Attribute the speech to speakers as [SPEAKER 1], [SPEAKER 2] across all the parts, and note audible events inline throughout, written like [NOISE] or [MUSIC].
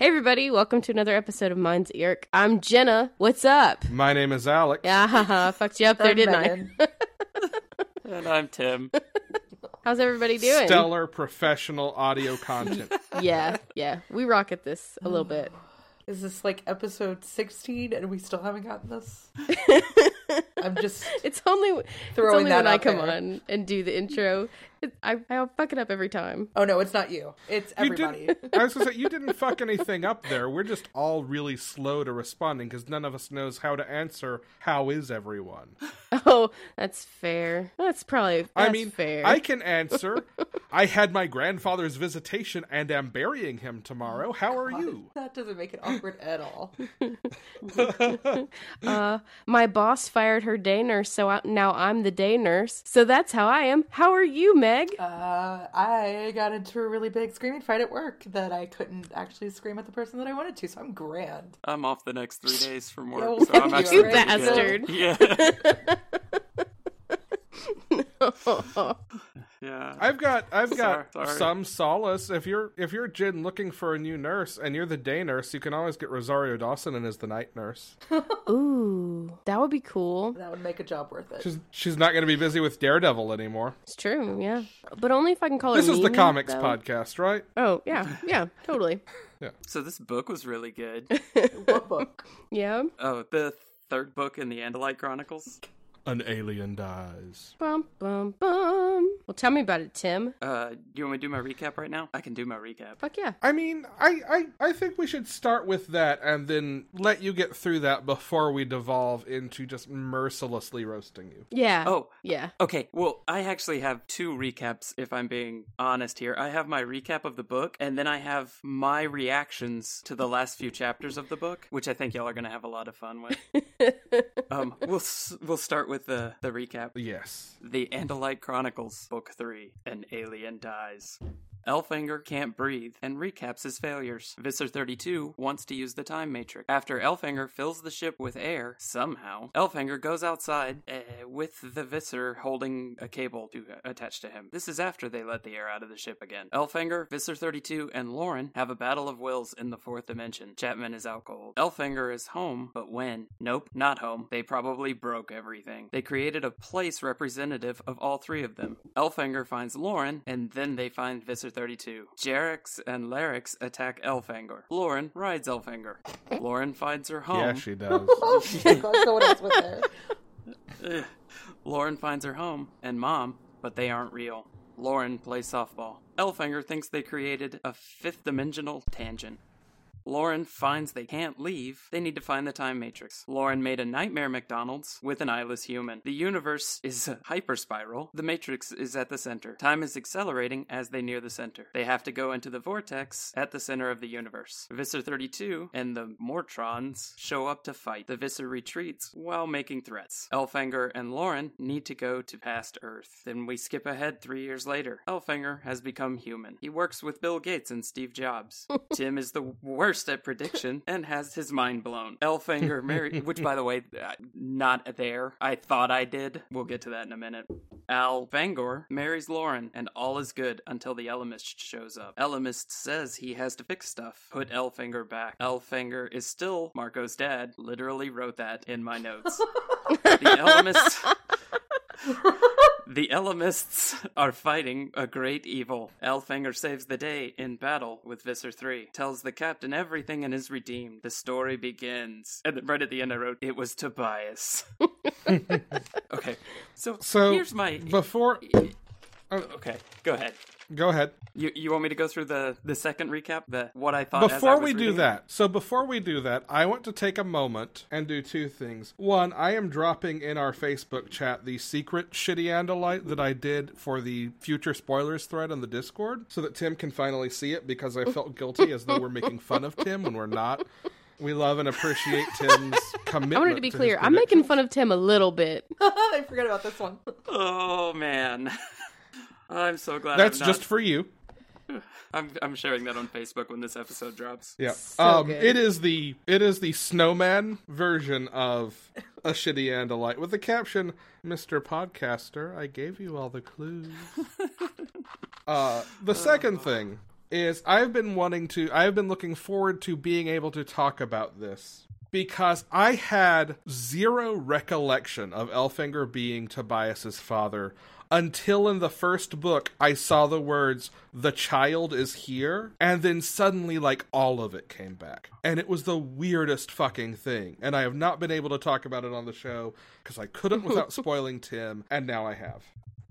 [SPEAKER 1] everybody. Welcome to another episode of Mine's Irk. I'm Jenna. What's up? [LAUGHS]
[SPEAKER 2] My name is Alec.
[SPEAKER 1] Ah, ha, ha. fucked you up there, didn't I?
[SPEAKER 3] And I'm Tim.
[SPEAKER 1] How's everybody doing?
[SPEAKER 2] Stellar professional
[SPEAKER 1] [LAUGHS]
[SPEAKER 2] audio content.
[SPEAKER 1] Yeah, yeah. We rock at this a little bit.
[SPEAKER 4] Is this like episode 16 and we still haven't
[SPEAKER 1] [LAUGHS]
[SPEAKER 4] gotten this? I'm just
[SPEAKER 1] It's only, it's
[SPEAKER 4] Throwing
[SPEAKER 1] only
[SPEAKER 4] that
[SPEAKER 1] when I
[SPEAKER 4] out
[SPEAKER 1] come
[SPEAKER 4] there.
[SPEAKER 1] on and do the intro. It- I, I fuck it up every time. [LAUGHS]
[SPEAKER 4] Oh no, it's not you. It's
[SPEAKER 2] You
[SPEAKER 4] everybody.
[SPEAKER 2] didn't, I was gonna say you didn't fuck anything up there. We're just all really slow to responding because none of us knows how to answer. How is everyone?
[SPEAKER 1] Oh, that's fair. That's probably that's
[SPEAKER 2] I mean,
[SPEAKER 1] fair.
[SPEAKER 2] I can answer. I had my grandfather's visitation and am burying him tomorrow. How are you?
[SPEAKER 4] That doesn't make it awkward at all.
[SPEAKER 1] My boss fired her day nurse, so I, now I'm the day nurse. So that's how I am. How are you, Meg?
[SPEAKER 4] Uh, I got into a really big screaming fight at work that I couldn't actually scream at the person that I wanted to, so I'm grand.
[SPEAKER 3] I'm off the next three days from work,
[SPEAKER 4] Oh,
[SPEAKER 3] so I'm
[SPEAKER 4] you
[SPEAKER 3] actually
[SPEAKER 4] are.
[SPEAKER 3] pretty
[SPEAKER 1] Bastard.
[SPEAKER 3] Good. Yeah, [LAUGHS]
[SPEAKER 4] [LAUGHS]
[SPEAKER 1] Oh,
[SPEAKER 3] yeah.
[SPEAKER 2] I've got I've got
[SPEAKER 3] Sorry, sorry.
[SPEAKER 2] some solace. If you're if you're Jin looking for a new nurse and you're the day nurse, you can always get Rosario Dawson in as the night nurse.
[SPEAKER 1] Ooh, that would be cool.
[SPEAKER 4] That would make a job worth it.
[SPEAKER 2] She's she's not gonna be busy with Daredevil anymore.
[SPEAKER 1] It's true, yeah. But only if I can call
[SPEAKER 2] This
[SPEAKER 1] her.
[SPEAKER 2] is the
[SPEAKER 1] Mimi,
[SPEAKER 2] comics
[SPEAKER 1] though.
[SPEAKER 2] podcast, right?
[SPEAKER 1] Oh yeah, yeah, totally.
[SPEAKER 3] So this book was really good.
[SPEAKER 2] [LAUGHS]
[SPEAKER 4] What book?
[SPEAKER 1] Yeah.
[SPEAKER 3] Oh, the third book in the Andalite Chronicles.
[SPEAKER 2] An alien dies.
[SPEAKER 1] Bum bum bum. Well, tell me about it, Tim.
[SPEAKER 3] Uh, you want me to do my recap right now? I can do my recap.
[SPEAKER 1] Fuck yeah.
[SPEAKER 2] I mean, I, I, I think we should start with that and then let you get through that before we devolve into just mercilessly roasting you.
[SPEAKER 1] Yeah.
[SPEAKER 3] Oh,
[SPEAKER 1] Yeah.
[SPEAKER 3] Okay, well, I actually have two recaps if I'm being honest here. I have my recap of the book, and then I have my reactions to the last few chapters of the book, which I think y'all are going to have a lot of fun with. um, we'll s- we'll start with the the recap.
[SPEAKER 2] Yes.
[SPEAKER 3] The Andalite Chronicles, Book 3 An Alien Dies. Elfinger can't breathe and recaps his failures. Visser 32 wants to use the time matrix. After Elfinger fills the ship with air, somehow, Elfinger goes outside uh, with the Visser holding a cable to, uh, attached to him. This is after they let the air out of the ship again. Elfinger, Visser 32, and Lauren have a battle of wills in the fourth dimension. Chapman is out cold. Elfinger is home, but when? Nope, not home. They probably broke everything. They created a place representative of all three of them. Elfinger finds Lauren, and then they find Visser 32. Jerix and Larix attack Elfinger. Lauren rides Elfinger. Lauren finds her home.
[SPEAKER 2] Yeah, she
[SPEAKER 3] [LAUGHS]
[SPEAKER 2] does.
[SPEAKER 4] Oh my god, someone else was there. [LAUGHS]
[SPEAKER 3] Ugh. Lauren finds her home and mom, but they aren't real. Lauren plays softball. Elfinger thinks they created a fifth dimensional tangent. Lauren finds they can't leave. They need to find the time matrix. Lauren made a nightmare McDonald's with an eyeless human. The universe is a hyperspiral. The matrix is at the center. Time is accelerating as they near the center. They have to go into the vortex at the center of the universe. Visser 32 and the Mortrons show up to fight. The Visser retreats while making threats. Elfinger and Lauren need to go to past Earth. Then we skip ahead three years later. Elfinger has become human. He works with Bill Gates and Steve Jobs. Tim is the worst at prediction and has his mind blown. Elfinger married, which by the way, uh, not there. I thought I did. We'll get to that in a minute. Al Fangor marries Lauren, and all is good until the Elemist shows up. Elemist says he has to fix stuff. Put Elfinger back. Elfinger is still Marco's dad. Literally wrote that in my notes. the Elemist. The Elemists are fighting a great evil. Elfinger saves the day in battle with Visser 3, tells the captain everything and is redeemed. The story begins. And then right at the end, I wrote, It was Tobias. okay, so,
[SPEAKER 2] So
[SPEAKER 3] here's my.
[SPEAKER 2] before
[SPEAKER 3] okay, go ahead.
[SPEAKER 2] go ahead.
[SPEAKER 3] You, you want me to go through the, the second recap? The What I thought as I
[SPEAKER 2] Before
[SPEAKER 3] was
[SPEAKER 2] we do
[SPEAKER 3] reading it?
[SPEAKER 2] that, so before we do that, I want to take a moment and do two things. One, I am dropping in our Facebook chat the secret shitty andalite that I did for the future spoilers thread on the Discord so that Tim can finally see it because I felt guilty as though we're making fun of Tim when we're not. We love and appreciate Tim's
[SPEAKER 1] [LAUGHS]
[SPEAKER 2] commitment.
[SPEAKER 1] I wanted to be
[SPEAKER 2] his
[SPEAKER 1] clear. I'm
[SPEAKER 2] prediction.
[SPEAKER 1] making fun of Tim a little bit.
[SPEAKER 4] I forgot about this one.
[SPEAKER 3] Oh, man. [LAUGHS] I'm so glad
[SPEAKER 2] That's
[SPEAKER 3] I'm not-
[SPEAKER 2] just for you.
[SPEAKER 3] I'm, I'm sharing that on Facebook when this episode drops.
[SPEAKER 2] Yeah.
[SPEAKER 1] So
[SPEAKER 2] um
[SPEAKER 1] good.
[SPEAKER 2] it is the it is the snowman version of a shitty andalite with the caption
[SPEAKER 1] [LAUGHS]
[SPEAKER 2] Mr.
[SPEAKER 1] Oh,
[SPEAKER 2] Podcaster, I gave you all the clues. uh the second thing is I've been wanting to, I've been looking forward to being able to talk about this because I had zero recollection of Elfinger being Tobias's father until in the first book I saw the words "the child is here," and then suddenly, like all of it came back, and it was the weirdest fucking thing. And I have not been able to talk about it on the show because I couldn't
[SPEAKER 3] [LAUGHS]
[SPEAKER 2] without spoiling Tim, and now I have.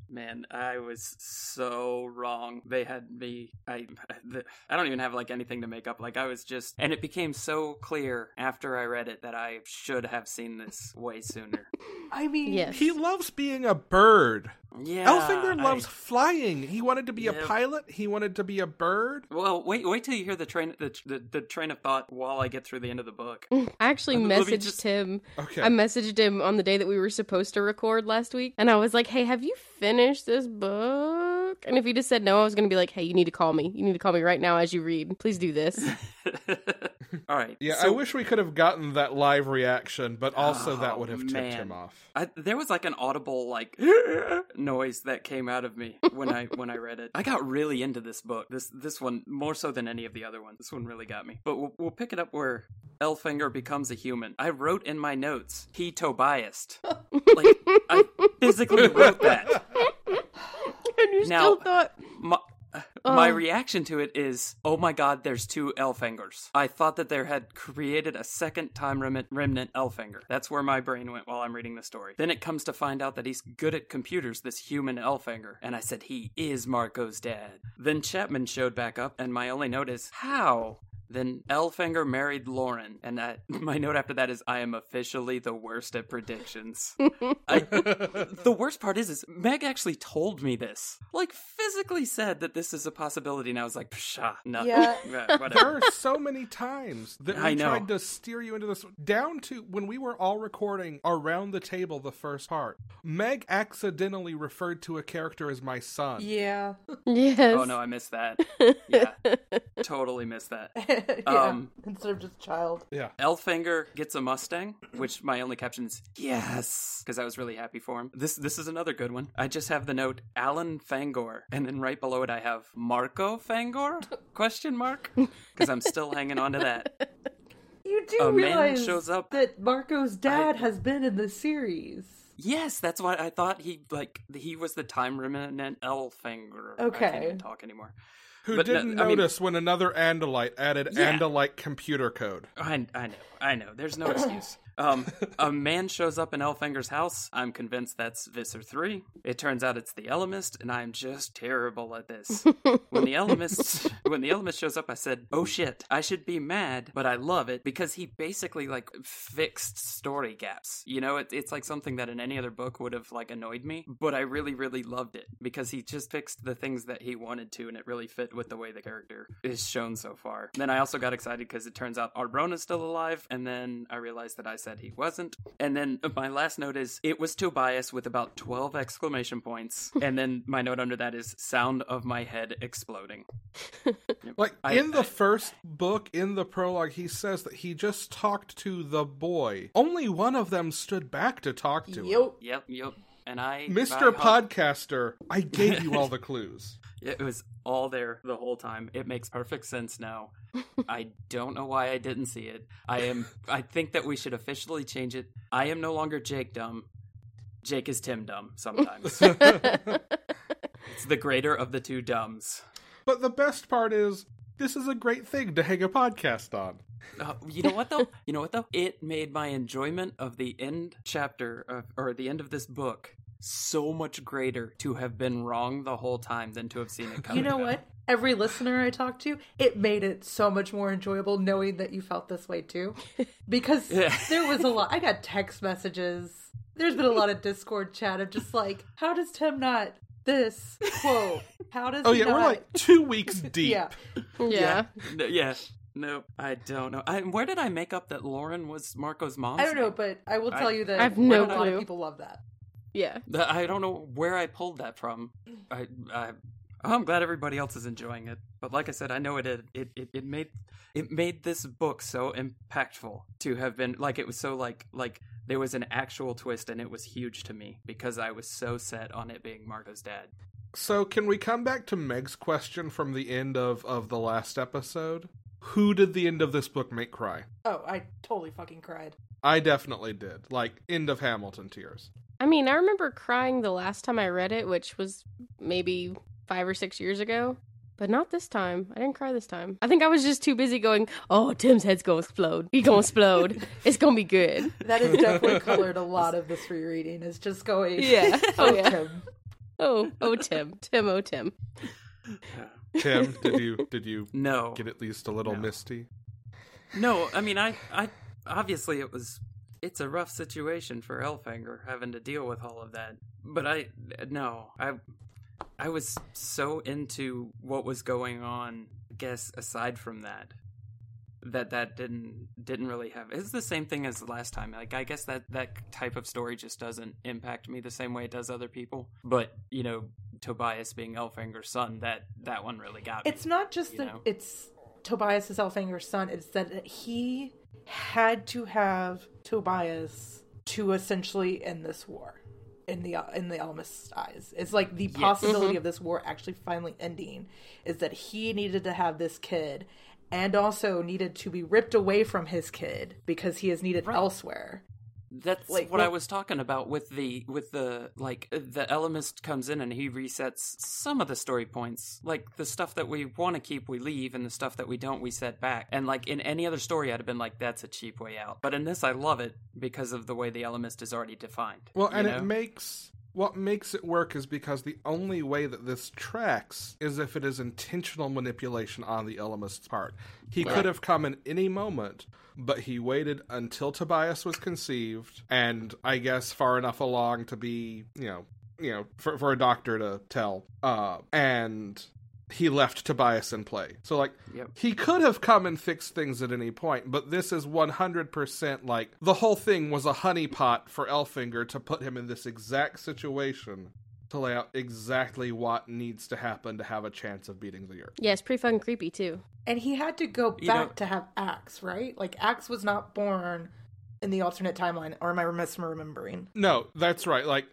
[SPEAKER 3] Man, I was so wrong. They had me. I, the- I don't even have like anything to make up. Like I was just, and it became so clear after I read it that I should have seen this way sooner.
[SPEAKER 4] I mean,
[SPEAKER 1] Yes.
[SPEAKER 2] He loves being a bird.
[SPEAKER 3] Yeah,
[SPEAKER 2] [LAUGHS] Elfinger loves
[SPEAKER 3] I-
[SPEAKER 2] flying. He wanted to be a
[SPEAKER 3] Yep.
[SPEAKER 2] pilot. He wanted to be a bird.
[SPEAKER 3] well, wait, wait till you hear the train, the, the the train of thought while I get through the end of the book.
[SPEAKER 1] I actually
[SPEAKER 3] Let me
[SPEAKER 1] messaged
[SPEAKER 3] just-
[SPEAKER 1] him.
[SPEAKER 2] Okay.
[SPEAKER 1] I messaged him on the day that we were supposed to record last week, and I was like, "Hey, have you finished this book?" And if he just said no, I was going to be like, "Hey, you need to call me. You need to call me right now as you read. Please do this."
[SPEAKER 3] [LAUGHS] All right.
[SPEAKER 2] yeah, I
[SPEAKER 3] so-
[SPEAKER 2] wish we could have gotten that live reaction, but also that
[SPEAKER 3] Oh,
[SPEAKER 2] would have tipped
[SPEAKER 3] man.
[SPEAKER 2] him off.
[SPEAKER 3] I, there was like an audible like [LAUGHS] noise that came out of me when I when I read it. I got really into this book. This this one more so than any of the other ones. This one really got me. But we'll, we'll pick it up where Elfinger becomes a human. I wrote in my notes he Tobiased. like I physically wrote that.
[SPEAKER 1] and you
[SPEAKER 3] Now-
[SPEAKER 1] still thought,
[SPEAKER 3] My, my
[SPEAKER 1] Oh.
[SPEAKER 3] reaction to it is, oh my god, there's two Elfingers. I thought that there had created a second time rem- remnant Elfinger. That's where my brain went while I'm reading the story. Then it comes to find out that he's good at computers, this human Elfinger. And I said, he is Marco's dad. Then Chapman showed back up, and my only note is, how? Then Elfinger married Lauren, and that, [LAUGHS] my note after that is, I am officially the worst at predictions. I, the worst part is, is Meg actually told me this, like physically said that this is a possibility, and I was like, pshaw, no,
[SPEAKER 4] Yeah.
[SPEAKER 3] [LAUGHS] yeah,
[SPEAKER 2] there
[SPEAKER 3] whatever.
[SPEAKER 2] are so many times that we
[SPEAKER 3] [LAUGHS] I know.
[SPEAKER 2] tried to steer you into this down to when we were all recording around the table the first part meg accidentally referred to a character as my son
[SPEAKER 4] yeah, [LAUGHS]
[SPEAKER 1] "Yes."
[SPEAKER 3] Oh no, [LAUGHS] I missed that. Yeah, totally missed that.
[SPEAKER 4] yeah.
[SPEAKER 3] Um,
[SPEAKER 4] Instead of just child.
[SPEAKER 2] yeah
[SPEAKER 3] Elfinger gets a Mustang, which my only caption is yes, because I was really happy for him. This this is another good one. I just have the note Alan Fangor, and then right below it I have Marco Fangor? Question mark? Because I'm still hanging on to that.
[SPEAKER 4] You do
[SPEAKER 3] A man
[SPEAKER 4] realize
[SPEAKER 3] shows up-
[SPEAKER 4] that Marco's dad has been in the series.
[SPEAKER 3] Yes, that's why I thought he like he was the time remnant Elfinger. I
[SPEAKER 4] Okay.
[SPEAKER 3] can't even talk anymore.
[SPEAKER 2] who
[SPEAKER 3] But no,
[SPEAKER 2] didn't
[SPEAKER 3] I mean-
[SPEAKER 2] notice when another andalite added
[SPEAKER 3] Yeah.
[SPEAKER 2] andalite computer code
[SPEAKER 3] I, I know, I know. There's no excuse. Um, a man shows up in Elfinger's house. I'm convinced that's Visser 3. It turns out it's the Elemist, and I'm just terrible at this. when the Elemist when the Elemist shows up, I said, "Oh shit, I should be mad, but I love it because he basically like fixed story gaps. You know, it, it's like something that in any other book would have like annoyed me, but I really, really loved it because he just fixed the things that he wanted to, and it really fit with the way the character is shown so far. Then I also got excited because it turns out Arbrona's still alive, and then I realized that I said he wasn't. And then my last note is it was Tobias with about twelve exclamation points, and then my note under that is sound of my head exploding.
[SPEAKER 2] like
[SPEAKER 3] I-
[SPEAKER 2] in the first book in the prologue he says that he just talked to the boy only one of them stood back to talk to him
[SPEAKER 4] Yep.
[SPEAKER 3] Yep, yep. And I, I
[SPEAKER 2] mr
[SPEAKER 3] hung-
[SPEAKER 2] podcaster i gave you all the clues
[SPEAKER 3] it was all there the whole time. It makes perfect
[SPEAKER 4] [LAUGHS]
[SPEAKER 3] sense now. I don't know why I didn't see it. I am. I think that we should officially change it. I am no longer Jake Dumb. Jake is Tim Dumb.
[SPEAKER 4] [LAUGHS]
[SPEAKER 3] Sometimes it's the greater of the two dumbs.
[SPEAKER 2] But the best part is, this is a great thing to hang a podcast on.
[SPEAKER 3] Uh, you know what though? You know what though? It made my enjoyment of the end chapter of, or the end of this book so much greater to have been wrong the whole time than to have seen it
[SPEAKER 4] You
[SPEAKER 3] coming.
[SPEAKER 4] know what? Every listener I talked to, it made it so much more enjoyable knowing that you felt this
[SPEAKER 2] [LAUGHS]
[SPEAKER 4] way too. Because
[SPEAKER 3] Yeah.
[SPEAKER 4] there was a lot. I got text messages. There's been a lot of Discord chat of just like, how does Tim not this quote? How does
[SPEAKER 2] [LAUGHS] Oh
[SPEAKER 4] he
[SPEAKER 2] yeah,
[SPEAKER 4] not?
[SPEAKER 2] we're like two weeks deep.
[SPEAKER 4] yeah.
[SPEAKER 1] [LAUGHS] yeah.
[SPEAKER 3] No, yeah. [LAUGHS] Nope. I don't know. I, where did I make up that Lauren was Marco's mom?
[SPEAKER 4] I don't know, but I will
[SPEAKER 3] I-
[SPEAKER 4] tell you that
[SPEAKER 1] I have
[SPEAKER 4] we're-
[SPEAKER 1] no
[SPEAKER 4] a lot of
[SPEAKER 1] clue.
[SPEAKER 4] people love that.
[SPEAKER 1] Yeah.
[SPEAKER 3] I don't know where I pulled that from. I I I'm glad everybody else is enjoying it. But like I said, I know it it it, it made it made this book so impactful to have been like it was so like like there was an actual twist and it was huge to me because I was so set on it being Marco's dad.
[SPEAKER 2] So can we come back to Meg's question from the end of of the last episode? Who did the end of this book make cry?
[SPEAKER 4] Oh, I totally fucking cried.
[SPEAKER 2] I definitely did. Like end of Hamilton tears.
[SPEAKER 1] I mean, I remember crying the last time I read it, which was maybe five or six years ago, but not this time. I didn't cry this time. I think I was just too busy going, "Oh, Tim's head's gonna explode. He gonna explode. it's gonna be good."
[SPEAKER 4] That has
[SPEAKER 3] [LAUGHS]
[SPEAKER 4] definitely colored a lot of this rereading. It's just
[SPEAKER 1] [LAUGHS]
[SPEAKER 4] going.
[SPEAKER 1] Yeah.
[SPEAKER 4] Oh,
[SPEAKER 1] [LAUGHS] Oh yeah.
[SPEAKER 4] Tim.
[SPEAKER 1] Oh oh Tim. Tim. Oh Tim.
[SPEAKER 2] Tim, did you did you
[SPEAKER 3] No,
[SPEAKER 2] get at least a little
[SPEAKER 3] No.
[SPEAKER 2] misty?
[SPEAKER 3] no. I mean, I I obviously it was it's a rough situation for Elfanger having to deal with all of that. But I no, I I was so into what was going on. I guess aside from that, that that didn't didn't really have. It's the same thing as last time. Like I guess that that type of story just doesn't impact me the same way it does other people. But you know, Tobias being Elfanger's son, that that one really got me.
[SPEAKER 4] It's not just
[SPEAKER 3] You
[SPEAKER 4] that
[SPEAKER 3] know?
[SPEAKER 4] it's Tobias is Elfanger's son, it's that he had to have Tobias to essentially end this war in the in the Elmas eyes. It's like the possibility of this war actually finally ending is that he needed to have this kid and also needed to be ripped away from his kid because he is needed elsewhere.
[SPEAKER 3] That's
[SPEAKER 4] Like,
[SPEAKER 3] what I
[SPEAKER 4] what-
[SPEAKER 3] was talking about with the with the like the Elemist comes in and he resets some of the story points. Like the stuff that we want to keep, we leave, and the stuff that we don't, we set back. And like in any other story, I'd have been like, "That's a cheap way out." But in this, I love it because of the way the Elemist is already defined.
[SPEAKER 2] Well, and
[SPEAKER 3] know?
[SPEAKER 2] it makes what makes it work is because the only way that this tracks is if it is intentional manipulation on the Elemist's part. He could have come in any moment, but he waited until Tobias was conceived, and I guess far enough along to be, you know, you know, for, for a doctor to tell. Uh, and he left Tobias in play. So like
[SPEAKER 3] Yep.
[SPEAKER 2] he could have come and fixed things at any point, but this is 100% like the whole thing was a honeypot for Elfinger to put him in this exact situation to lay out exactly what needs to happen to have a chance of beating the earth.
[SPEAKER 1] Yeah, it's pretty fucking creepy too.
[SPEAKER 4] And he had to go
[SPEAKER 3] You
[SPEAKER 4] back
[SPEAKER 3] know-
[SPEAKER 4] to have Axe, right? Like Axe was not born in the alternate timeline, or am I remiss in remembering?
[SPEAKER 2] No, that's right. Like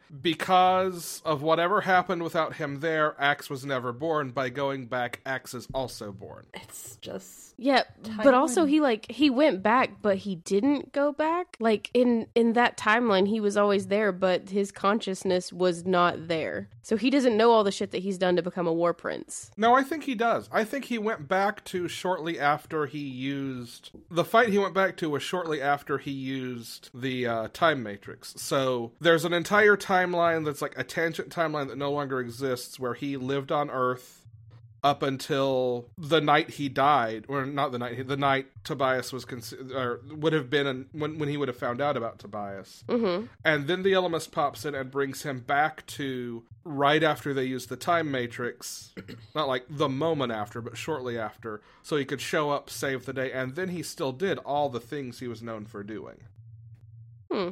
[SPEAKER 2] because of whatever happened without him there, Axe was never born. By going back, Axe is also born.
[SPEAKER 4] It's just
[SPEAKER 1] Yeah, but
[SPEAKER 4] Timeline.
[SPEAKER 1] also he like he went back, but he didn't go back. Like in in that timeline, he was always there, but his consciousness was not there. So he doesn't know all the shit that he's done to become a war prince.
[SPEAKER 2] No, I think he does. I think he went back to shortly after he used the fight he went back to was shortly after he used the uh, time matrix. So there's an entire timeline that's like a tangent timeline that no longer exists where he lived on Earth up until the night he died, or not the night the night Tobias was considered, or would have been an, when when he would have found out about Tobias.
[SPEAKER 1] Mm-hmm.
[SPEAKER 2] And then the Elemist pops in and brings him back to right after they use the time matrix. Not like the moment after, but shortly after. So he could show up, save the day, and then he still did all the things he was known for doing.
[SPEAKER 1] Hmm.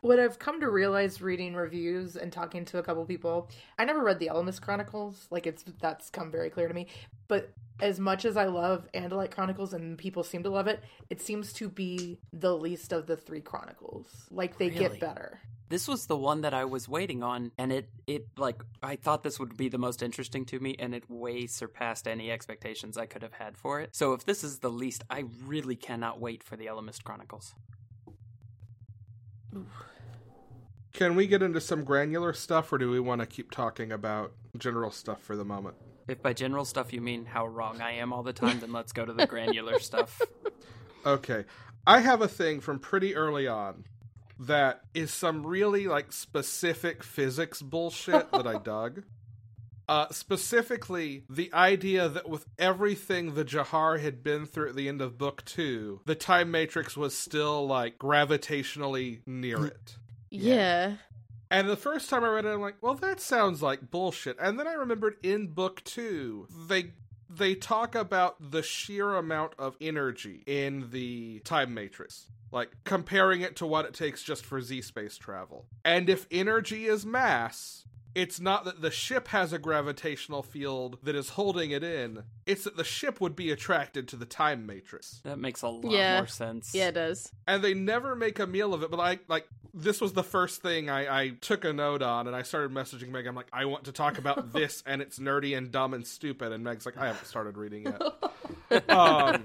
[SPEAKER 4] what I've come to realize reading reviews and talking to a couple people. I never read the Elemis Chronicles, like it's that's come very clear to me. But as much as I love Andalite Chronicles and people seem to love it, it seems to be the least of the three chronicles. Like they
[SPEAKER 3] Really?
[SPEAKER 4] get better.
[SPEAKER 3] This was the one that I was waiting on, and it it like I thought this would be the most interesting to me, and it way surpassed any expectations I could have had for it. So if this is the least, I really cannot wait for the Elemist Chronicles.
[SPEAKER 2] Can we get into some granular stuff, or do we want to keep talking about general stuff for the moment?
[SPEAKER 3] If by general stuff you mean how wrong I am all the time, then let's go to
[SPEAKER 1] [LAUGHS]
[SPEAKER 3] the granular stuff.
[SPEAKER 2] Okay. I have a thing from pretty early on that is some really like specific physics bullshit that I dug. Uh, specifically, the idea that with everything the Jahar had been through at the end of Book Two, the Time Matrix was still like gravitationally near it.
[SPEAKER 1] Yeah.
[SPEAKER 2] And the first time I read it, I'm like, well, that sounds like bullshit. And then I remembered in book two, they they talk about the sheer amount of energy in the time matrix. Like comparing it to what it takes just for Z space travel. And if energy is mass, It's not that the ship has a gravitational field that is holding it in. It's that the ship would be attracted to the time matrix.
[SPEAKER 3] That makes a lot
[SPEAKER 1] Yeah.
[SPEAKER 3] more sense.
[SPEAKER 1] Yeah, it does.
[SPEAKER 2] And they never make a meal of it, but I like this was the first thing I, I took a note on and I started messaging Meg. I'm like, I want to talk
[SPEAKER 4] [LAUGHS]
[SPEAKER 2] about this and it's nerdy and dumb and stupid and Meg's like, I haven't started reading yet.
[SPEAKER 4] [LAUGHS]
[SPEAKER 2] um,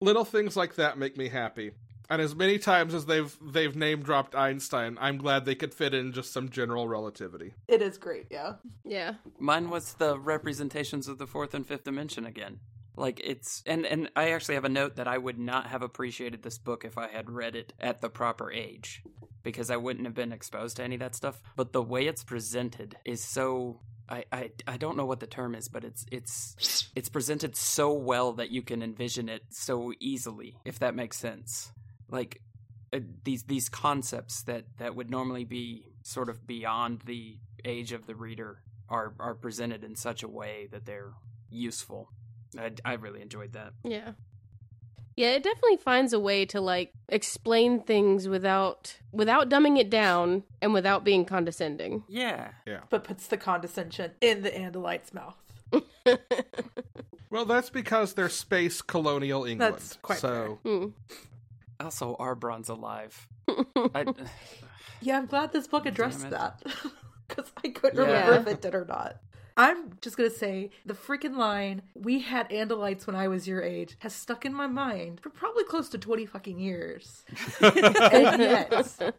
[SPEAKER 2] little things like that make me happy. And as many times as they've they've name dropped Einstein, I'm glad they could fit in just some general relativity.
[SPEAKER 4] It is great, yeah.
[SPEAKER 1] Yeah.
[SPEAKER 3] Mine was the representations of the fourth and fifth dimension again. Like it's and and I actually have a note that I would not have appreciated this book if I had read it at the proper age because I wouldn't have been exposed to any of that stuff. But the way it's presented is so I, I, I don't know what the term is, but it's it's it's presented so well that you can envision it so easily, if that makes sense. Like uh, these these concepts that that would normally be sort of beyond the age of the reader are are presented in such a way that they're useful. I, I really enjoyed that.
[SPEAKER 1] Yeah. Yeah, it definitely finds a way to like explain things without without dumbing it down and without being condescending.
[SPEAKER 3] Yeah,
[SPEAKER 4] But puts the condescension in the Andalite's mouth.
[SPEAKER 2] Well, that's because they're space colonial England.
[SPEAKER 4] That's quite
[SPEAKER 2] so
[SPEAKER 1] Hmm.
[SPEAKER 3] also
[SPEAKER 4] [LAUGHS]
[SPEAKER 3] Arbron's alive. I,
[SPEAKER 4] Yeah, I'm glad this book addressed
[SPEAKER 3] it.
[SPEAKER 4] that. [LAUGHS] Because I couldn't
[SPEAKER 3] Yeah.
[SPEAKER 4] remember if it did or not. I'm just going to say the freaking line, we had Andalites when I was your age, has stuck in my mind for probably close to 20 fucking
[SPEAKER 3] [LAUGHS]
[SPEAKER 4] years. and yet,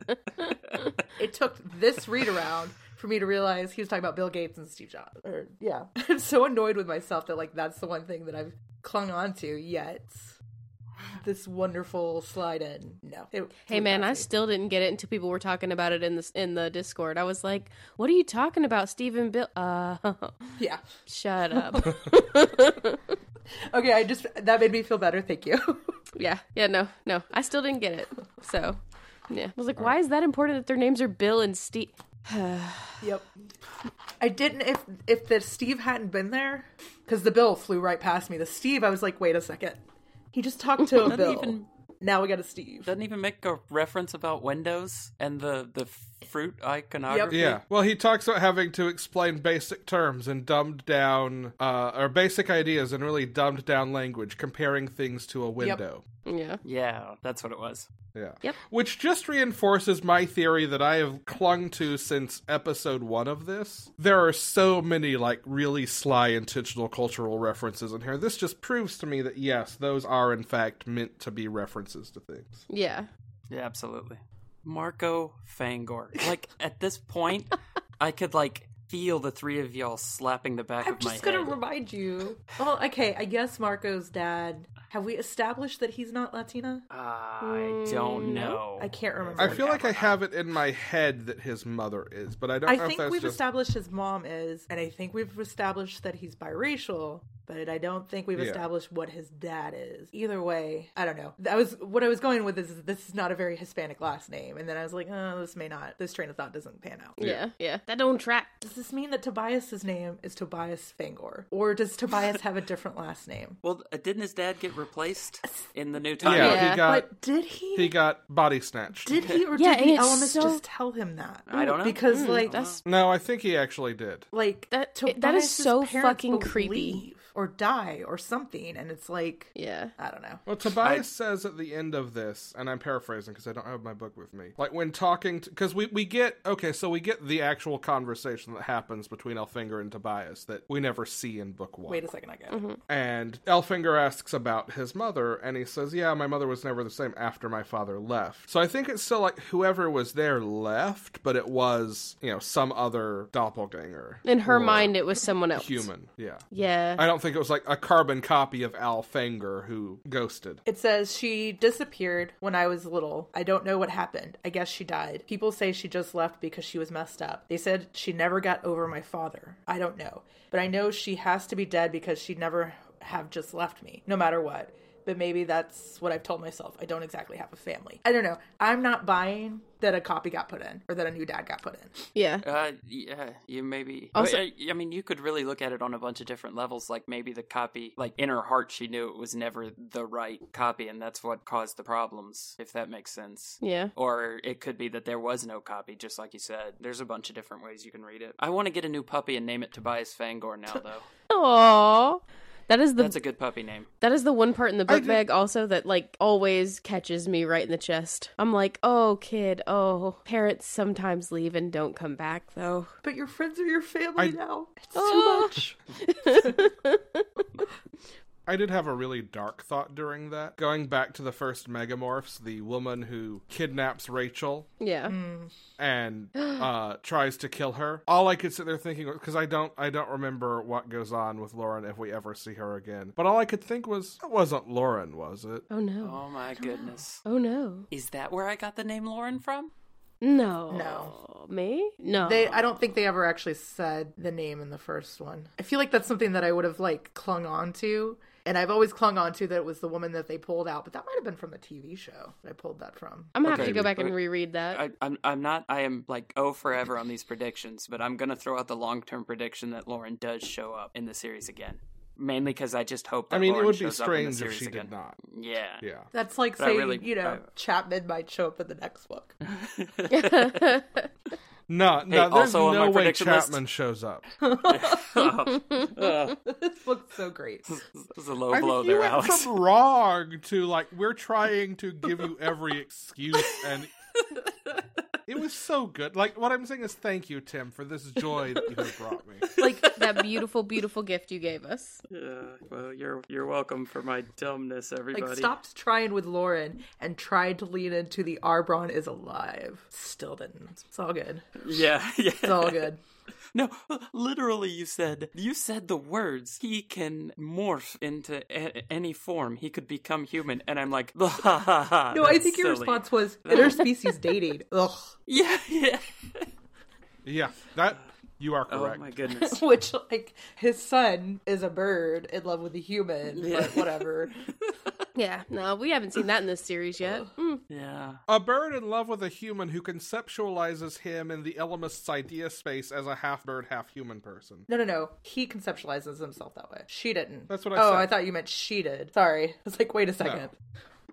[SPEAKER 4] it took this read around for me to realize he was talking about Bill Gates and Steve Jobs. Or, yeah. [LAUGHS] I'm so annoyed with myself that, like, that's the one thing that I've clung on to yet. This wonderful slide in. No. It-
[SPEAKER 1] Hey man, I
[SPEAKER 4] Fascinating.
[SPEAKER 1] still didn't get it until people were talking about it in the in the Discord. I was like, "What are you talking about, Stephen [LAUGHS] Bill?" Uh,
[SPEAKER 4] Yeah.
[SPEAKER 1] shut [LAUGHS] up.
[SPEAKER 4] Okay, I just that made me feel better. Thank you. [LAUGHS]
[SPEAKER 1] yeah, yeah, no, no, I still didn't get it. So, yeah, I was like, "Why is that important that their names are Bill and Steve?"
[SPEAKER 4] yep. I didn't if if the Steve hadn't been there because the bill flew right past me. The Steve, I was like, wait a second, he just talked to a
[SPEAKER 3] Doesn't
[SPEAKER 4] bill.
[SPEAKER 3] even-
[SPEAKER 4] Now we got a Steve.
[SPEAKER 3] doesn't even make a reference about windows and the the fruit iconography.
[SPEAKER 2] Yeah. Well, he talks about having to explain basic terms and dumbed down, uh, or basic ideas and really dumbed down language, comparing things to a window.
[SPEAKER 1] Yeah,
[SPEAKER 3] Yeah, that's what it was.
[SPEAKER 2] Yeah.
[SPEAKER 1] Yep.
[SPEAKER 2] Which just reinforces my theory that I have clung to since episode one of this. There are so many, like, really sly, intentional cultural references in here. This just proves to me that, yes, those are, in fact, meant to be references to things.
[SPEAKER 1] yeah,
[SPEAKER 3] Yeah, absolutely. Marco Fangor.
[SPEAKER 4] [LAUGHS]
[SPEAKER 3] Like at this point, I could like feel the three of y'all slapping the back
[SPEAKER 4] I'm
[SPEAKER 3] of my
[SPEAKER 4] just gonna
[SPEAKER 3] head.
[SPEAKER 4] remind you. Well, okay, I guess Marco's dad. Have we established that he's not Latina?
[SPEAKER 3] Oh, I don't know.
[SPEAKER 4] I can't remember.
[SPEAKER 2] I feel like I have it in my head that his mother is, but I don't
[SPEAKER 4] I
[SPEAKER 2] know if
[SPEAKER 4] think
[SPEAKER 2] that's
[SPEAKER 4] we've
[SPEAKER 2] just
[SPEAKER 4] established his mom is, and I think we've established that he's biracial, but I don't think we've
[SPEAKER 2] Yeah.
[SPEAKER 4] established what his dad is. Either way, I don't know. I was what I was going with is this is not a very Hispanic last name, and then I was like, oh, this may not. This train of thought doesn't pan out.
[SPEAKER 1] yeah, yeah. That don't track.
[SPEAKER 4] Does this mean that Tobias's name is Tobias Fangor, or does Tobias have a different last name?
[SPEAKER 3] Well, uh, didn't his dad get replaced in the new
[SPEAKER 2] Yeah,
[SPEAKER 3] time?
[SPEAKER 1] Yeah.
[SPEAKER 2] he got.
[SPEAKER 4] but did he?
[SPEAKER 2] Uh, He got body snatched.
[SPEAKER 4] did he or
[SPEAKER 1] Yeah,
[SPEAKER 4] did
[SPEAKER 1] and
[SPEAKER 4] the
[SPEAKER 1] it's
[SPEAKER 4] elements
[SPEAKER 1] so-
[SPEAKER 4] just tell him that?
[SPEAKER 3] I don't know.
[SPEAKER 4] because like
[SPEAKER 1] That's
[SPEAKER 2] No, I think he actually did.
[SPEAKER 4] like
[SPEAKER 1] That-
[SPEAKER 4] Tobias's
[SPEAKER 1] that is so
[SPEAKER 4] parents
[SPEAKER 1] fucking
[SPEAKER 4] will
[SPEAKER 1] creepy.
[SPEAKER 4] leave or die or something and it's like
[SPEAKER 1] yeah,
[SPEAKER 4] i don't know
[SPEAKER 2] Well, Tobias says at the end of this, and I'm paraphrasing because I don't have my book with me. Like when talking, because we we get okay, so we get the actual conversation that happens between Elfinger and Tobias that we never see in book one.
[SPEAKER 4] wait a second i got it
[SPEAKER 1] Mm-hmm.
[SPEAKER 2] And Elfinger asks about his mother, and he says, "Yeah, my mother was never the same after my father left." So I think it's still like whoever was there left, but it was you know some other doppelganger
[SPEAKER 1] in her
[SPEAKER 2] or
[SPEAKER 1] mind, it was someone else.
[SPEAKER 2] human. Yeah,
[SPEAKER 1] Yeah,
[SPEAKER 2] I don't think it was like a carbon copy of Alfinger who ghosted.
[SPEAKER 4] It says she disappeared when I was little. I don't know what happened. I guess she died. People say she just left because she was messed up. They said she never got over my father. I don't know. But I know she has to be dead because she'd never have just left me, no matter what. but maybe that's what I've told myself. I don't exactly have a family. I don't know. I'm not buying that a copy got put in or that a new dad got put in.
[SPEAKER 1] Yeah.
[SPEAKER 3] Uh, yeah, you maybe.
[SPEAKER 1] Also-
[SPEAKER 3] I, I mean, you could really look at it on a bunch of different levels. Like maybe the copy, like in her heart, she knew it was never the right copy, and that's what caused the problems. If that makes sense.
[SPEAKER 1] Yeah.
[SPEAKER 3] Or it could be that there was no copy, just like you said. There's a bunch of different ways you can read it. I want to get a new puppy and name it Tobias Fangor now, [LAUGHS] though.
[SPEAKER 1] Aww. That is the
[SPEAKER 3] That's a good puppy name.
[SPEAKER 1] that is the one part in the
[SPEAKER 2] I
[SPEAKER 1] book
[SPEAKER 2] did-
[SPEAKER 1] bag also that like always catches me right in the chest. I'm like, oh kid, oh parents sometimes leave and don't come back though.
[SPEAKER 4] But your friends are your family
[SPEAKER 2] I-
[SPEAKER 4] now. It's
[SPEAKER 1] Ah.
[SPEAKER 4] too much.
[SPEAKER 2] I did have a really dark thought during that. Going back to the first Megamorphs, the woman who kidnaps Rachel
[SPEAKER 1] [LAUGHS] Yeah.
[SPEAKER 2] and uh, tries to kill her. All I could sit there thinking because I don't I don't remember what goes on with Lauren if we ever see her again. But all I could think was that wasn't Lauren, was it?
[SPEAKER 1] Oh no.
[SPEAKER 3] Oh my goodness.
[SPEAKER 1] Oh no.
[SPEAKER 3] Is that where I got the name Lauren from?
[SPEAKER 1] No.
[SPEAKER 4] No.
[SPEAKER 1] Me? No.
[SPEAKER 4] They, I don't think they ever actually said the name in the first one. I feel like that's something that I would have like clung on to, and I've always clung on to that it was the woman that they pulled out, but that might have been from the TV show that I pulled that from.
[SPEAKER 1] I'm gonna have
[SPEAKER 3] Okay,
[SPEAKER 1] to go back
[SPEAKER 3] but-
[SPEAKER 1] and reread that.
[SPEAKER 3] I, I'm I'm not. I am like oh forever on these predictions, but I'm gonna throw out the long term prediction that Lauren does show up in the series again. Mainly because I just hope. That
[SPEAKER 2] I mean,
[SPEAKER 3] Lauren
[SPEAKER 2] it would be
[SPEAKER 3] shows up in the
[SPEAKER 2] strange if
[SPEAKER 3] series
[SPEAKER 2] she
[SPEAKER 3] again.
[SPEAKER 2] did not.
[SPEAKER 3] Yeah.
[SPEAKER 2] Yeah.
[SPEAKER 4] That's like
[SPEAKER 3] But I
[SPEAKER 4] saying,
[SPEAKER 3] really-
[SPEAKER 4] you know,
[SPEAKER 3] I-
[SPEAKER 4] Chapman might show up in the next book.
[SPEAKER 3] [LAUGHS]
[SPEAKER 2] No, no, there's
[SPEAKER 3] also on my
[SPEAKER 2] no way
[SPEAKER 3] prediction list-
[SPEAKER 2] Chapman shows up.
[SPEAKER 4] this book's so great.
[SPEAKER 3] This is a low
[SPEAKER 2] I
[SPEAKER 3] blow
[SPEAKER 2] mean, you
[SPEAKER 3] there,
[SPEAKER 2] went
[SPEAKER 3] Alex.
[SPEAKER 2] from wrong to like we're trying to give you every excuse, and it was so good. Like what I'm saying is, thank you, Tim, for this joy that you have brought me.
[SPEAKER 1] [LAUGHS] like that beautiful, beautiful gift you gave us.
[SPEAKER 3] Yeah, Uh, well, you're you're welcome for my dumbness, everybody.
[SPEAKER 4] Like, stopped trying with Lauren and tried to lean into the Arbron is alive. Still didn't. It's all good.
[SPEAKER 3] Yeah,
[SPEAKER 4] [LAUGHS] It's
[SPEAKER 3] yeah. [LAUGHS]
[SPEAKER 4] all good.
[SPEAKER 3] No, literally, you said you said the words. He can morph into a- any form. He could become human, and I'm like, [LAUGHS] ha ha ha.
[SPEAKER 4] No, I
[SPEAKER 3] that's
[SPEAKER 4] think your
[SPEAKER 3] silly.
[SPEAKER 4] response was interspecies dating. Ugh.
[SPEAKER 3] [LAUGHS] Yeah, yeah.
[SPEAKER 2] Yeah, that you are
[SPEAKER 3] Oh
[SPEAKER 2] correct.
[SPEAKER 3] my
[SPEAKER 4] [LAUGHS]
[SPEAKER 3] goodness.
[SPEAKER 4] Which, like, his son is a bird in love with a human,
[SPEAKER 3] Yeah.
[SPEAKER 4] but whatever.
[SPEAKER 1] Yeah. No, we haven't seen that in this series yet. Mm.
[SPEAKER 3] Yeah.
[SPEAKER 2] A bird in love with a human who conceptualizes him in the Elemist's idea space as a half bird, half human person.
[SPEAKER 4] No, no, no. He conceptualizes himself that way. She didn't.
[SPEAKER 2] That's what I
[SPEAKER 4] oh,
[SPEAKER 2] said.
[SPEAKER 4] I thought you meant she did. Sorry. [LAUGHS] I was like, wait a second.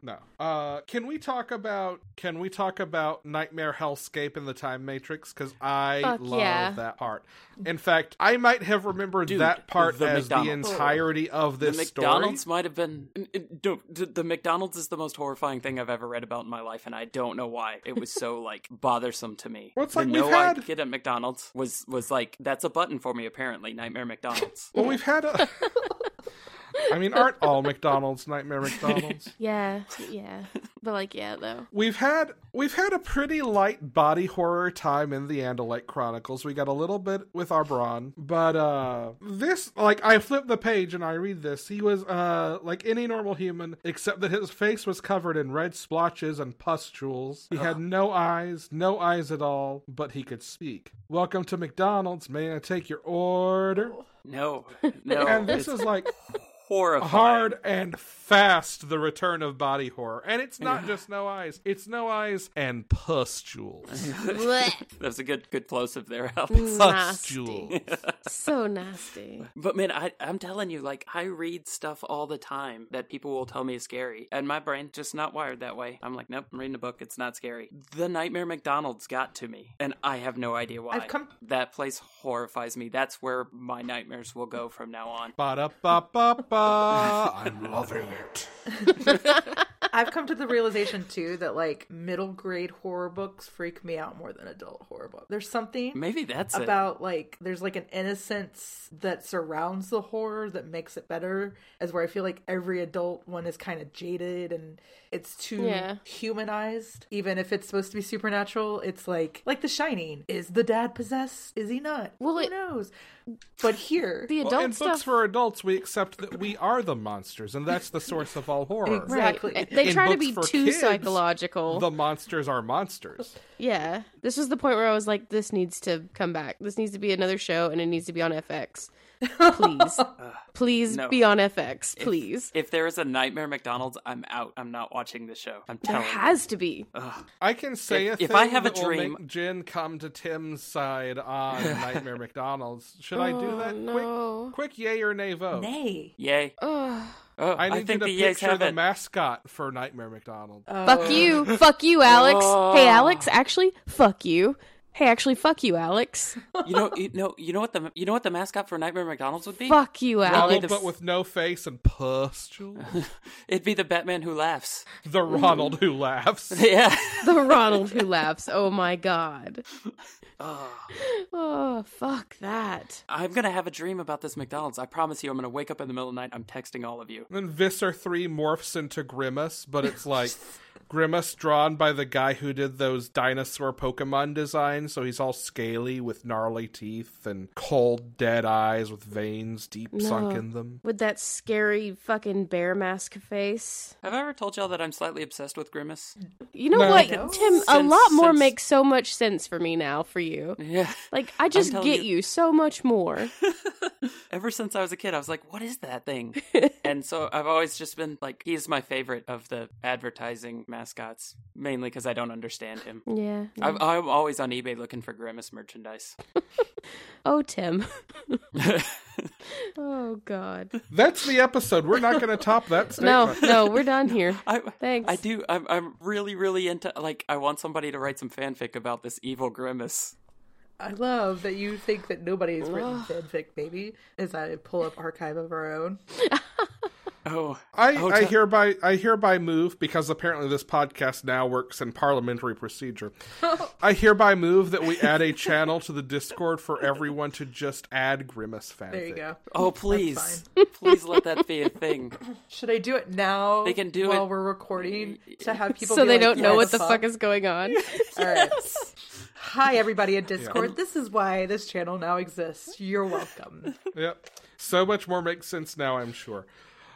[SPEAKER 2] No. Uh, can we talk about can we talk about Nightmare Hellscape in the Time Matrix? Because I
[SPEAKER 1] Fuck
[SPEAKER 2] love
[SPEAKER 1] yeah.
[SPEAKER 2] that part. In fact, I might have remembered that part
[SPEAKER 3] the
[SPEAKER 2] as
[SPEAKER 3] McDonald's.
[SPEAKER 2] the entirety of
[SPEAKER 3] The
[SPEAKER 2] this
[SPEAKER 3] McDonald's
[SPEAKER 2] story.
[SPEAKER 3] might have been. n- n- don't- The the McDonald's is the most horrifying thing I've ever read about in my life, and I don't know why. It was [LAUGHS] so like bothersome to me.
[SPEAKER 2] Well, it's
[SPEAKER 3] the
[SPEAKER 2] like
[SPEAKER 3] no
[SPEAKER 2] we've had-
[SPEAKER 3] I get at McDonald's was was like that's a button for me apparently. Nightmare McDonald's.
[SPEAKER 2] Well, we've
[SPEAKER 1] [LAUGHS]
[SPEAKER 2] had a. I mean, aren't all McDonald's Nightmare McDonald's?
[SPEAKER 1] Yeah. Yeah. But like, yeah, though. [LAUGHS]
[SPEAKER 2] We've had we've had a pretty light body horror time in the Andalite Chronicles. We got a little bit with Arbron, but uh this like I flip the page and I read this. He was uh like any normal human except that his face was covered in red splotches and pustules. He had no eyes, no eyes at all, but he could speak. Welcome to McDonald's. May I take your order?
[SPEAKER 3] No, no.
[SPEAKER 2] And this
[SPEAKER 3] it's
[SPEAKER 2] is like
[SPEAKER 3] horrifying.
[SPEAKER 2] hard and fast the return of body horror. And it's not just no eyes, it's no eyes and pustules.
[SPEAKER 1] Blech.
[SPEAKER 3] That was a good good plosive there, [LAUGHS] Alex.
[SPEAKER 1] nasty.
[SPEAKER 2] Pustules.
[SPEAKER 1] [LAUGHS] so nasty.
[SPEAKER 3] But man, I, I'm telling you, like I read stuff all the time that people will tell me is scary, and my brain just not wired that way. I'm like, nope, I'm reading a book; it's not scary. The Nightmare McDonald's got to me, and I have no idea why.
[SPEAKER 4] I've come-
[SPEAKER 3] That place horrifies me. That's where my nightmares will go from now on.
[SPEAKER 2] [LAUGHS] Ba-da-ba-ba-ba. I'm loving it.
[SPEAKER 4] [LAUGHS] I've come to the realization too that like middle grade horror books freak me out more than adult horror books. There's something
[SPEAKER 3] Maybe that's it.
[SPEAKER 4] about like there's like an innocence that surrounds the horror that makes it better as where I feel like every adult one is kind of jaded and it's too
[SPEAKER 1] Yeah.
[SPEAKER 4] humanized even if it's supposed to be supernatural it's like like the shining is the dad possessed is he not
[SPEAKER 1] Well,
[SPEAKER 4] who
[SPEAKER 1] it-
[SPEAKER 4] knows but here
[SPEAKER 1] The adult
[SPEAKER 2] Well, in
[SPEAKER 1] stuff.
[SPEAKER 2] books for adults, we accept that we are the monsters, and that's the source of all horror.
[SPEAKER 4] Exactly.
[SPEAKER 1] Right. They
[SPEAKER 2] In
[SPEAKER 1] try to
[SPEAKER 2] books
[SPEAKER 1] be
[SPEAKER 2] for
[SPEAKER 1] too
[SPEAKER 2] kids,
[SPEAKER 1] psychological.
[SPEAKER 2] The monsters are monsters.
[SPEAKER 1] Yeah. This was the point where I was like, this needs to come back. This needs to be another show and it needs to be on FX.
[SPEAKER 2] [LAUGHS]
[SPEAKER 1] Please. please
[SPEAKER 3] no.
[SPEAKER 1] be on FX,
[SPEAKER 3] If-
[SPEAKER 1] please.
[SPEAKER 3] If, there is a Nightmare McDonald's, I'm out. I'm not watching the show. I'm
[SPEAKER 1] there
[SPEAKER 3] telling
[SPEAKER 1] has to be.
[SPEAKER 3] you. Ugh.
[SPEAKER 2] I can say
[SPEAKER 3] If-
[SPEAKER 2] a
[SPEAKER 3] if
[SPEAKER 2] thing
[SPEAKER 3] I have a
[SPEAKER 2] that will
[SPEAKER 3] dream-
[SPEAKER 2] make Jin come to Tim's side
[SPEAKER 3] [LAUGHS]
[SPEAKER 2] on Nightmare McDonald's. Should I do
[SPEAKER 1] Oh,
[SPEAKER 2] that?
[SPEAKER 1] No.
[SPEAKER 2] Quick, quick, yay or nay vote.
[SPEAKER 4] Nay.
[SPEAKER 3] Yay.
[SPEAKER 1] Ugh.
[SPEAKER 3] Oh,
[SPEAKER 2] I
[SPEAKER 3] I,
[SPEAKER 2] need
[SPEAKER 3] think
[SPEAKER 2] you
[SPEAKER 3] the
[SPEAKER 2] to
[SPEAKER 3] yays
[SPEAKER 2] picture
[SPEAKER 3] have
[SPEAKER 2] the
[SPEAKER 3] it.
[SPEAKER 2] mascot for Nightmare McDonald.
[SPEAKER 1] Fuck you. fuck you, Alex. Hey,
[SPEAKER 3] Oh.
[SPEAKER 1] Alex, actually, fuck you. Hey, actually, fuck you, Alex.
[SPEAKER 3] [LAUGHS] you know, you know, you know what the you know what the mascot for Nightmare McDonald's would be?
[SPEAKER 1] fuck you,
[SPEAKER 2] Ronald,
[SPEAKER 1] Alex.
[SPEAKER 3] the f-
[SPEAKER 2] but with no face and
[SPEAKER 3] [LAUGHS]
[SPEAKER 2] pustules.
[SPEAKER 3] It'd be the Batman who laughs. [LAUGHS]
[SPEAKER 2] the Ronald who laughs.
[SPEAKER 3] yeah.
[SPEAKER 1] the Ronald who laughs. Oh my
[SPEAKER 2] [LAUGHS]
[SPEAKER 1] god. Oh, fuck that.
[SPEAKER 3] I'm gonna have a dream about this McDonald's. I promise you, I'm gonna wake up in the middle of the night. I'm texting all of you.
[SPEAKER 2] Then Visser 3 morphs into Grimace, but it's
[SPEAKER 3] [LAUGHS]
[SPEAKER 2] like Grimace drawn by the guy who did those dinosaur Pokemon designs, so he's all scaly with gnarly teeth and cold, dead eyes with veins deep sunk
[SPEAKER 1] No.
[SPEAKER 2] in them.
[SPEAKER 1] With that scary fucking bear mask face.
[SPEAKER 3] Have I ever told y'all that I'm slightly obsessed with Grimace?
[SPEAKER 1] You know
[SPEAKER 2] No.
[SPEAKER 1] what,
[SPEAKER 2] No.
[SPEAKER 1] Tim? a
[SPEAKER 3] Since-
[SPEAKER 1] lot more
[SPEAKER 3] since-
[SPEAKER 1] makes so much sense for me now for you.
[SPEAKER 3] Yeah.
[SPEAKER 1] Like, I just
[SPEAKER 3] telling
[SPEAKER 1] get you.
[SPEAKER 3] you-
[SPEAKER 1] so much
[SPEAKER 3] [LAUGHS]
[SPEAKER 1] more.
[SPEAKER 3] Ever since I was a kid, I was like, what is that thing? and so I've always just been like, he's my favorite of the advertising mascots, mainly because I don't understand him.
[SPEAKER 1] Yeah.
[SPEAKER 3] I've, I'm always on eBay looking for Grimace merchandise.
[SPEAKER 1] Oh,
[SPEAKER 3] [LAUGHS]
[SPEAKER 1] Tim. Oh, God.
[SPEAKER 2] That's the episode. We're not going to top that
[SPEAKER 1] No,
[SPEAKER 2] statement.
[SPEAKER 1] no, we're done here.
[SPEAKER 3] [LAUGHS] I,
[SPEAKER 1] Thanks.
[SPEAKER 3] I do. I'm, I'm really, really into. Like, I want somebody to write some fanfic about this evil grimace.
[SPEAKER 4] I love that you think that nobody has written fanfic, baby. As I pull up archive of our own.
[SPEAKER 3] Oh,
[SPEAKER 2] I,
[SPEAKER 3] Oh,
[SPEAKER 2] I
[SPEAKER 3] t-
[SPEAKER 2] hereby I hereby move because apparently this podcast now works in parliamentary
[SPEAKER 4] [LAUGHS]
[SPEAKER 2] procedure. I hereby move that we add a channel to the Discord for everyone to just add Grimace fanfic.
[SPEAKER 4] There you go.
[SPEAKER 3] oh, please, please let that be a thing.
[SPEAKER 4] Should I do it now?
[SPEAKER 3] They can do
[SPEAKER 4] while
[SPEAKER 3] it-
[SPEAKER 4] we're recording to
[SPEAKER 1] [LAUGHS]
[SPEAKER 4] have people.
[SPEAKER 1] so
[SPEAKER 4] be
[SPEAKER 1] they
[SPEAKER 4] like,
[SPEAKER 1] don't know what
[SPEAKER 4] "Yes,
[SPEAKER 1] the fuck is going
[SPEAKER 3] [LAUGHS]
[SPEAKER 1] on.
[SPEAKER 4] All right. Hi everybody in Discord. This is why this channel now exists. You're welcome.
[SPEAKER 2] Yep. So much more makes sense now, I'm sure.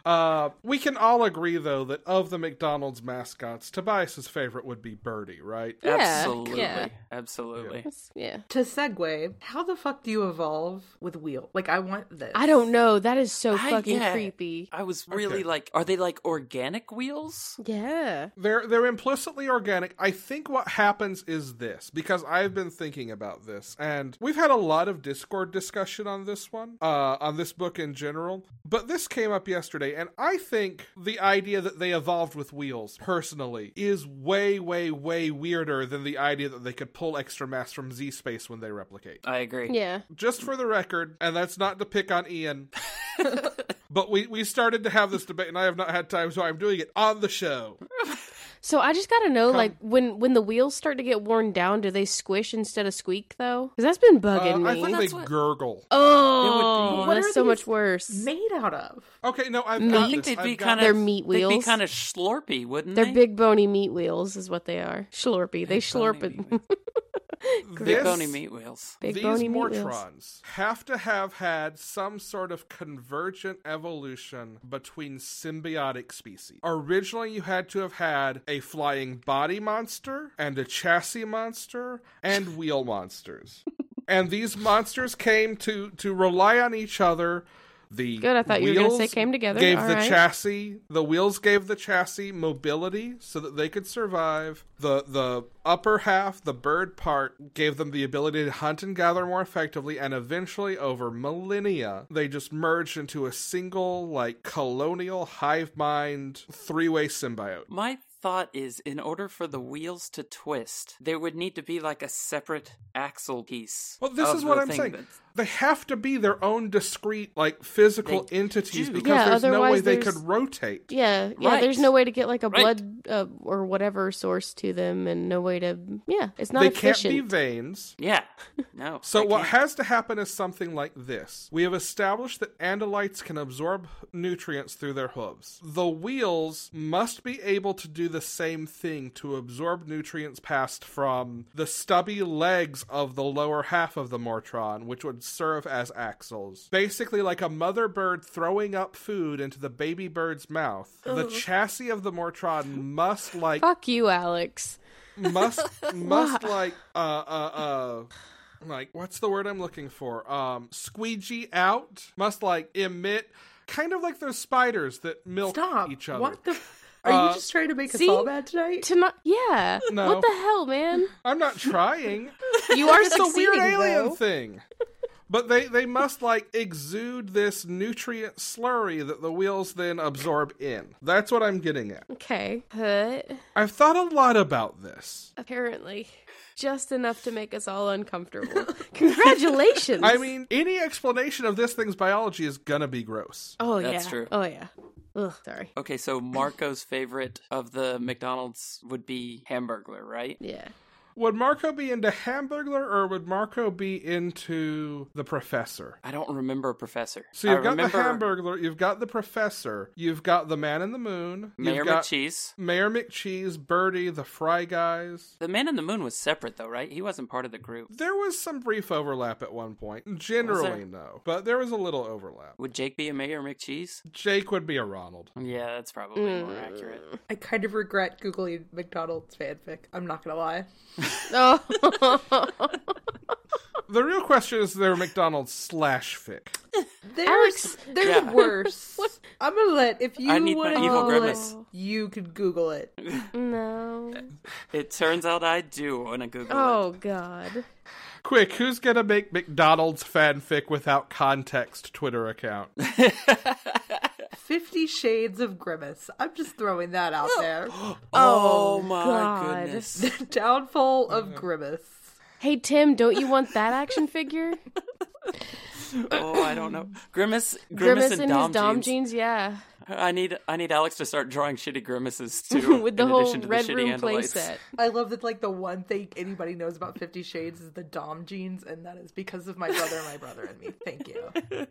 [SPEAKER 2] Uh, we can all agree, though, that of the McDonald's mascots, Tobias's favorite would be Birdie, right?
[SPEAKER 1] Yeah,
[SPEAKER 3] absolutely,
[SPEAKER 1] yeah.
[SPEAKER 3] absolutely.
[SPEAKER 1] yeah.
[SPEAKER 4] to segue, how the fuck do you evolve with wheel? Like I want this.
[SPEAKER 1] I don't know. That is so
[SPEAKER 3] I-
[SPEAKER 1] fucking
[SPEAKER 3] yeah.
[SPEAKER 1] creepy.
[SPEAKER 3] I was really
[SPEAKER 2] Okay.
[SPEAKER 3] like, are they like organic wheels?
[SPEAKER 1] Yeah.
[SPEAKER 2] They're they're implicitly organic. I think what happens is this because I've been thinking about this, and we've had a lot of Discord discussion on this one, uh, on this book in general. But this came up yesterday, and I think the idea that they evolved with wheels, personally, is way, way, way weirder than the idea that they could pull extra mass from Z space when they replicate.
[SPEAKER 3] I agree.
[SPEAKER 1] Yeah.
[SPEAKER 2] just for the record, and that's not to pick on Ian, but we, we started to have this debate, and I have not had time, so I'm doing it on the show.
[SPEAKER 1] So I just gotta know, like, when when the wheels start to get worn down, do they squish instead of squeak though? Because that's been
[SPEAKER 2] Uh,
[SPEAKER 1] bugging
[SPEAKER 2] I
[SPEAKER 1] me.
[SPEAKER 2] think they
[SPEAKER 3] that's what-
[SPEAKER 2] gurgle.
[SPEAKER 3] It would
[SPEAKER 1] oh,
[SPEAKER 3] be-
[SPEAKER 4] What are
[SPEAKER 1] that's so
[SPEAKER 4] these
[SPEAKER 1] much worse.
[SPEAKER 4] Made out of.
[SPEAKER 2] Okay, no, I've
[SPEAKER 1] Meat?
[SPEAKER 2] got
[SPEAKER 3] I think
[SPEAKER 2] this.
[SPEAKER 3] they'd be
[SPEAKER 2] I've got
[SPEAKER 3] kind of
[SPEAKER 1] They'd meat
[SPEAKER 3] They'd
[SPEAKER 1] wheels.
[SPEAKER 3] be kind of slorpy, wouldn't
[SPEAKER 1] They're
[SPEAKER 3] they?
[SPEAKER 1] big bony meat wheels, is what they are. Schlorpy. They schlorp
[SPEAKER 3] bony
[SPEAKER 1] it.
[SPEAKER 3] meat wheels. Big
[SPEAKER 2] this-
[SPEAKER 3] bony meat wheels.
[SPEAKER 1] [LAUGHS] Big
[SPEAKER 2] These
[SPEAKER 1] bony meat wheels.
[SPEAKER 2] Mortrons have to have had some sort of convergent evolution between symbiotic species. Originally, you had to have had a flying body monster and a chassis monster and wheel
[SPEAKER 3] [LAUGHS]
[SPEAKER 2] monsters. and these monsters came to to rely on each other. The
[SPEAKER 1] Good, I thought you were gonna say
[SPEAKER 2] wheels
[SPEAKER 1] came together.
[SPEAKER 2] Gave
[SPEAKER 1] All
[SPEAKER 2] the
[SPEAKER 1] right.
[SPEAKER 2] chassis. The wheels gave the chassis mobility so that they could survive. The the upper half, the bird part, gave them the ability to hunt and gather more effectively. And eventually, over millennia, they just merged into a single like colonial hive mind three way symbiote.
[SPEAKER 3] My thought is in order for the wheels to twist, there would need to be like a separate axle piece.
[SPEAKER 2] Well, this
[SPEAKER 3] of
[SPEAKER 2] is what
[SPEAKER 3] the
[SPEAKER 2] I'm
[SPEAKER 3] thing
[SPEAKER 2] saying.
[SPEAKER 3] that's-
[SPEAKER 2] They have to be their own discrete, like physical
[SPEAKER 3] They
[SPEAKER 2] entities,
[SPEAKER 3] do.
[SPEAKER 2] because
[SPEAKER 1] Yeah,
[SPEAKER 2] there's no way
[SPEAKER 1] otherwise
[SPEAKER 2] they
[SPEAKER 1] there's-
[SPEAKER 2] could rotate.
[SPEAKER 1] Yeah, yeah.
[SPEAKER 3] Right.
[SPEAKER 1] There's no way to get like a
[SPEAKER 3] Right.
[SPEAKER 1] blood uh, or whatever source to them, and no way to. Yeah, it's not
[SPEAKER 2] they
[SPEAKER 1] efficient.
[SPEAKER 2] can't be veins.
[SPEAKER 3] Yeah. No.
[SPEAKER 2] [LAUGHS] So
[SPEAKER 3] they
[SPEAKER 2] what
[SPEAKER 3] can't.
[SPEAKER 2] has to happen is something like this. We have established that andalites can absorb nutrients through their hooves. The wheels must be able to do the same thing to absorb nutrients passed from the stubby legs of the lower half of the Mortron, which would serve as axles. Basically like a mother bird throwing up food into the baby bird's mouth. The chassis of the Mortron must like
[SPEAKER 4] [LAUGHS]
[SPEAKER 1] Fuck you, Alex.
[SPEAKER 2] must must like uh uh uh like what's the word I'm looking for? Um, squeegee out must like emit, kind of like those spiders that milk
[SPEAKER 4] Stop.
[SPEAKER 2] each other.
[SPEAKER 4] What the? Are
[SPEAKER 2] Uh,
[SPEAKER 4] you just trying to make
[SPEAKER 1] see?
[SPEAKER 4] us all bad tonight?
[SPEAKER 1] To not, yeah.
[SPEAKER 2] No.
[SPEAKER 1] What the hell,
[SPEAKER 2] [LAUGHS]
[SPEAKER 1] man?
[SPEAKER 2] I'm
[SPEAKER 4] [LAUGHS]
[SPEAKER 2] not trying.
[SPEAKER 1] You are
[SPEAKER 2] it's a weird
[SPEAKER 1] succeeding.
[SPEAKER 2] alien
[SPEAKER 4] though.
[SPEAKER 2] thing. But they, they must like exude this nutrient slurry that the wheels then absorb in. That's what I'm getting at.
[SPEAKER 1] Okay. But
[SPEAKER 2] I've thought a lot about this.
[SPEAKER 1] apparently, just enough to make us all uncomfortable. Congratulations.
[SPEAKER 2] I mean, any explanation of this thing's biology is gonna be gross.
[SPEAKER 1] oh yeah,
[SPEAKER 3] That's true.
[SPEAKER 1] Oh yeah. Ugh, sorry.
[SPEAKER 3] Okay, so Marco's favorite of the McDonald's would be Hamburglar, right?
[SPEAKER 1] Yeah.
[SPEAKER 2] Would Marco be into Hamburglar or would Marco be into the Professor?
[SPEAKER 3] I don't remember Professor.
[SPEAKER 2] So you've
[SPEAKER 3] I
[SPEAKER 2] got
[SPEAKER 3] remember
[SPEAKER 2] the Hamburglar, you've got the Professor, you've got the Man in the Moon,
[SPEAKER 3] Mayor
[SPEAKER 2] you've got
[SPEAKER 3] McCheese.
[SPEAKER 2] Mayor McCheese, Birdie, the Fry Guys.
[SPEAKER 3] The Man in the Moon was separate though, right? He wasn't part of the group.
[SPEAKER 2] There was some brief overlap at one point.
[SPEAKER 3] Was
[SPEAKER 2] Generally,
[SPEAKER 3] there?
[SPEAKER 2] no, but there was a little overlap.
[SPEAKER 3] Would Jake be a Mayor McCheese?
[SPEAKER 2] Jake would be a Ronald.
[SPEAKER 3] Yeah, that's probably more
[SPEAKER 1] Mm.
[SPEAKER 3] accurate.
[SPEAKER 4] I kind of regret googling McDonald's fanfic. I'm not gonna lie.
[SPEAKER 1] Oh.
[SPEAKER 2] The real question is there McDonald's slash fic.
[SPEAKER 4] There's
[SPEAKER 1] Alex-
[SPEAKER 4] there's
[SPEAKER 1] [LAUGHS]
[SPEAKER 3] Yeah.
[SPEAKER 4] worse. I'm gonna let if you
[SPEAKER 3] I need my
[SPEAKER 4] want to
[SPEAKER 3] evil
[SPEAKER 4] Google
[SPEAKER 3] grimace.
[SPEAKER 4] it, you could Google it.
[SPEAKER 1] no.
[SPEAKER 3] It turns out I do on a Google. it.
[SPEAKER 1] Oh God.
[SPEAKER 2] Quick, who's gonna make McDonald's fanfic without context Twitter account?
[SPEAKER 4] Fifty Shades of Grimace. I'm just throwing that
[SPEAKER 3] [GASPS]
[SPEAKER 4] out there. [GASPS]
[SPEAKER 3] Oh, my
[SPEAKER 1] God. [LAUGHS]
[SPEAKER 3] goodness.
[SPEAKER 4] the downfall
[SPEAKER 3] Mm-hmm.
[SPEAKER 4] of Grimace.
[SPEAKER 1] Hey Tim, don't you want that action figure?
[SPEAKER 3] Oh, I don't know. Grimace, Grimace,
[SPEAKER 1] Grimace,
[SPEAKER 3] and
[SPEAKER 1] in
[SPEAKER 3] Dom,
[SPEAKER 1] his Dom
[SPEAKER 3] jeans.
[SPEAKER 1] jeans, yeah,
[SPEAKER 3] I need I need Alex to start drawing shitty grimaces
[SPEAKER 1] [LAUGHS]
[SPEAKER 3] too.
[SPEAKER 1] with the
[SPEAKER 3] in
[SPEAKER 1] whole
[SPEAKER 3] addition to
[SPEAKER 1] red
[SPEAKER 3] the shitty
[SPEAKER 1] room
[SPEAKER 3] Andalites.
[SPEAKER 1] playset.
[SPEAKER 4] I love that like the one thing anybody knows about Fifty Shades is the Dom jeans, and that is because of my brother, my brother, and me. Thank you.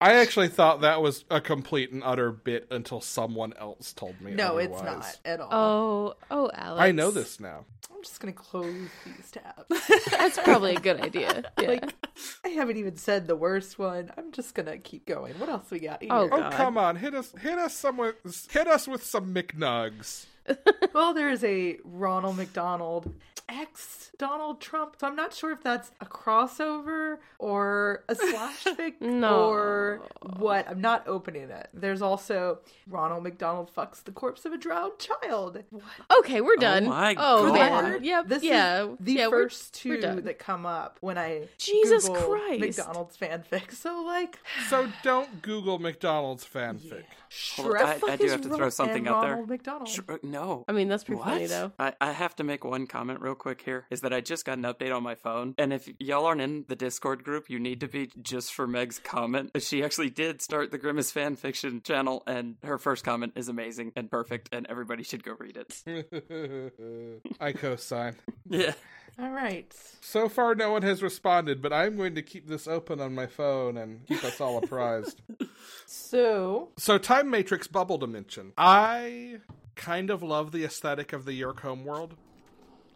[SPEAKER 2] I actually thought that was a complete and utter bit until someone else told me.
[SPEAKER 4] No, it's
[SPEAKER 2] otherwise.
[SPEAKER 4] not at all.
[SPEAKER 1] Oh, oh, Alex.
[SPEAKER 2] I know this now.
[SPEAKER 4] I'm just gonna close these tabs.
[SPEAKER 1] That's probably a good idea. Yeah.
[SPEAKER 4] Like I haven't even said the worst one. I'm just gonna keep going. What else we got here?
[SPEAKER 1] Oh,
[SPEAKER 2] Oh
[SPEAKER 1] God.
[SPEAKER 2] come on, hit us, hit us some with, hit us with some McNugs.
[SPEAKER 4] Well, there is a Ronald McDonald ex Donald Trump. So I'm not sure if that's a crossover or
[SPEAKER 1] [LAUGHS]
[SPEAKER 4] a slash fic
[SPEAKER 1] No.
[SPEAKER 4] or what. I'm not opening it. There's also Ronald McDonald fucks the corpse of a drowned child. What?
[SPEAKER 1] okay, we're done.
[SPEAKER 3] my
[SPEAKER 1] oh
[SPEAKER 3] God.
[SPEAKER 1] man, yep,
[SPEAKER 4] This
[SPEAKER 1] yeah,
[SPEAKER 4] is the
[SPEAKER 1] yeah, we're-
[SPEAKER 4] 1st
[SPEAKER 1] we're
[SPEAKER 4] two
[SPEAKER 1] done.
[SPEAKER 4] that come up when I
[SPEAKER 1] Jesus
[SPEAKER 4] Google
[SPEAKER 1] Christ.
[SPEAKER 4] McDonald's fanfic. So like
[SPEAKER 2] So don't Google McDonald's fanfic.
[SPEAKER 3] Hold on,
[SPEAKER 4] Shrek
[SPEAKER 3] I, I do have to throw
[SPEAKER 4] and
[SPEAKER 3] something out there.
[SPEAKER 4] Ronald McDonald.
[SPEAKER 3] Shr- no.
[SPEAKER 1] Oh. I mean, that's pretty funny
[SPEAKER 3] What?
[SPEAKER 1] though.
[SPEAKER 3] I, I have to make one comment real quick here is that I just got an update on my phone. And if y'all aren't in the Discord group, you need to be just for Meg's comment. She actually did start the Grimace fan fiction channel, and her first comment is amazing and perfect, and everybody should go read it.
[SPEAKER 1] [LAUGHS]
[SPEAKER 2] [LAUGHS] I cosign.
[SPEAKER 3] Yeah.
[SPEAKER 4] All right.
[SPEAKER 2] So far, no one has responded, but I'm going to keep this open on my phone and keep us all apprised.
[SPEAKER 4] So
[SPEAKER 2] So, Time Matrix Bubble Dimension. I kind of love the aesthetic of the York home world.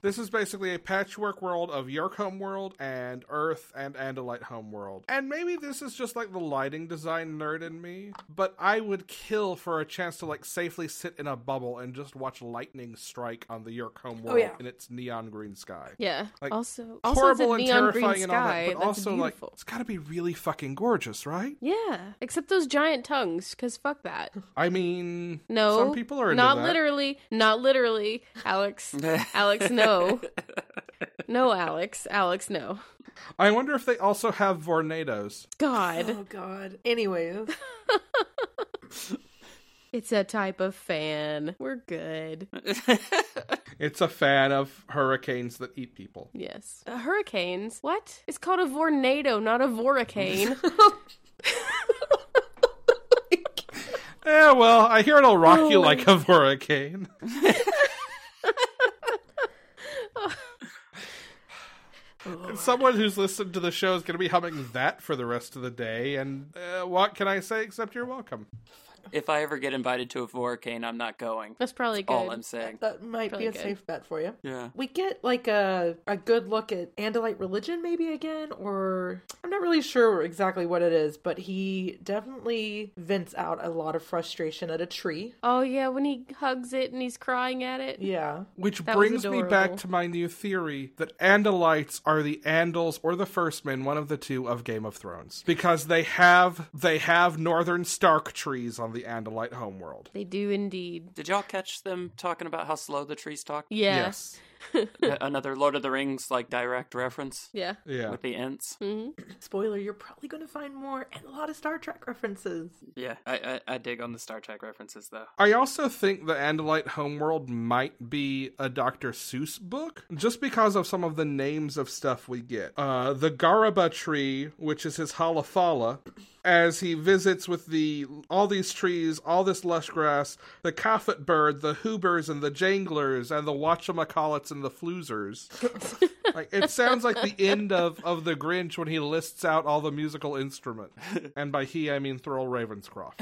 [SPEAKER 2] This is basically a patchwork world of York home world and Earth and Andalite home world. And maybe this is just like the lighting design nerd in me, but I would kill for a chance to like safely sit in a bubble and just watch lightning strike on the York home world
[SPEAKER 4] yeah.
[SPEAKER 2] in its neon green sky.
[SPEAKER 1] Oh, Yeah.
[SPEAKER 2] Like,
[SPEAKER 1] also, also it's a
[SPEAKER 2] Horrible and
[SPEAKER 1] neon green
[SPEAKER 2] terrifying and all
[SPEAKER 1] sky.
[SPEAKER 2] that, but
[SPEAKER 1] That's
[SPEAKER 2] also
[SPEAKER 1] beautiful.
[SPEAKER 2] like it's got to be really fucking gorgeous, right?
[SPEAKER 1] yeah, except those giant tongues, because fuck that.
[SPEAKER 2] I mean,
[SPEAKER 1] No,
[SPEAKER 2] some people are into
[SPEAKER 1] not
[SPEAKER 2] that.
[SPEAKER 1] literally, not literally, Alex. Alex, no, no, Alex, Alex, no.
[SPEAKER 2] I wonder if they also have Vornados.
[SPEAKER 1] God,
[SPEAKER 4] [SIGHS] Oh God. Anyways,
[SPEAKER 1] it's a type of fan. We're good.
[SPEAKER 2] It's a fan of hurricanes that eat people.
[SPEAKER 1] Yes, uh, hurricanes. What? It's called a vornado, not a voricane.
[SPEAKER 2] Eh, well, I hear it'll rock you like a hurricane. And Someone who's listened to the show is going to be humming that for the rest of the day, and uh, what can I say except you're welcome?
[SPEAKER 3] If I ever get invited to a Voricane, I'm not going.
[SPEAKER 1] That's probably good.
[SPEAKER 3] All I'm saying.
[SPEAKER 4] [LAUGHS] That might
[SPEAKER 1] Probably
[SPEAKER 4] be a
[SPEAKER 1] good.
[SPEAKER 4] safe bet for you.
[SPEAKER 3] Yeah.
[SPEAKER 4] We get like a a good look at Andalite religion maybe again, or I'm not really sure exactly what it is, but he definitely vents out a lot of frustration at a tree.
[SPEAKER 1] oh yeah, when he hugs it and he's crying at it.
[SPEAKER 4] Yeah.
[SPEAKER 2] Which
[SPEAKER 1] That was
[SPEAKER 2] brings me back
[SPEAKER 1] adorable.
[SPEAKER 2] to my new theory that Andalites are the Andals or the Firstmen, one of the two of Game of Thrones, because they have they have northern Stark trees on the Andalite homeworld.
[SPEAKER 1] They do indeed.
[SPEAKER 3] Did y'all catch them talking about how slow the trees talk?
[SPEAKER 1] Yeah.
[SPEAKER 2] Yes.
[SPEAKER 3] Uh, Another Lord of the Rings like direct reference
[SPEAKER 1] Yeah.
[SPEAKER 2] Yeah.
[SPEAKER 3] with the Ents.
[SPEAKER 1] hmm
[SPEAKER 4] Spoiler, you're probably going to find more and a lot of Star Trek references.
[SPEAKER 3] Yeah, I, I I dig on the Star Trek references though.
[SPEAKER 2] I also think the Andalite homeworld might be a Dr. Seuss book, just because of some of the names of stuff we get. Uh, the Garaba tree, which is his Halathala, as he visits with the all these trees, all this lush grass, the Kaffet bird, the Hoobers and the Janglers, and the Watchamacallits and the Floozers. like it sounds like the end of, of the Grinch when he lists out all the musical instruments. And by he I mean Thurl Ravenscroft.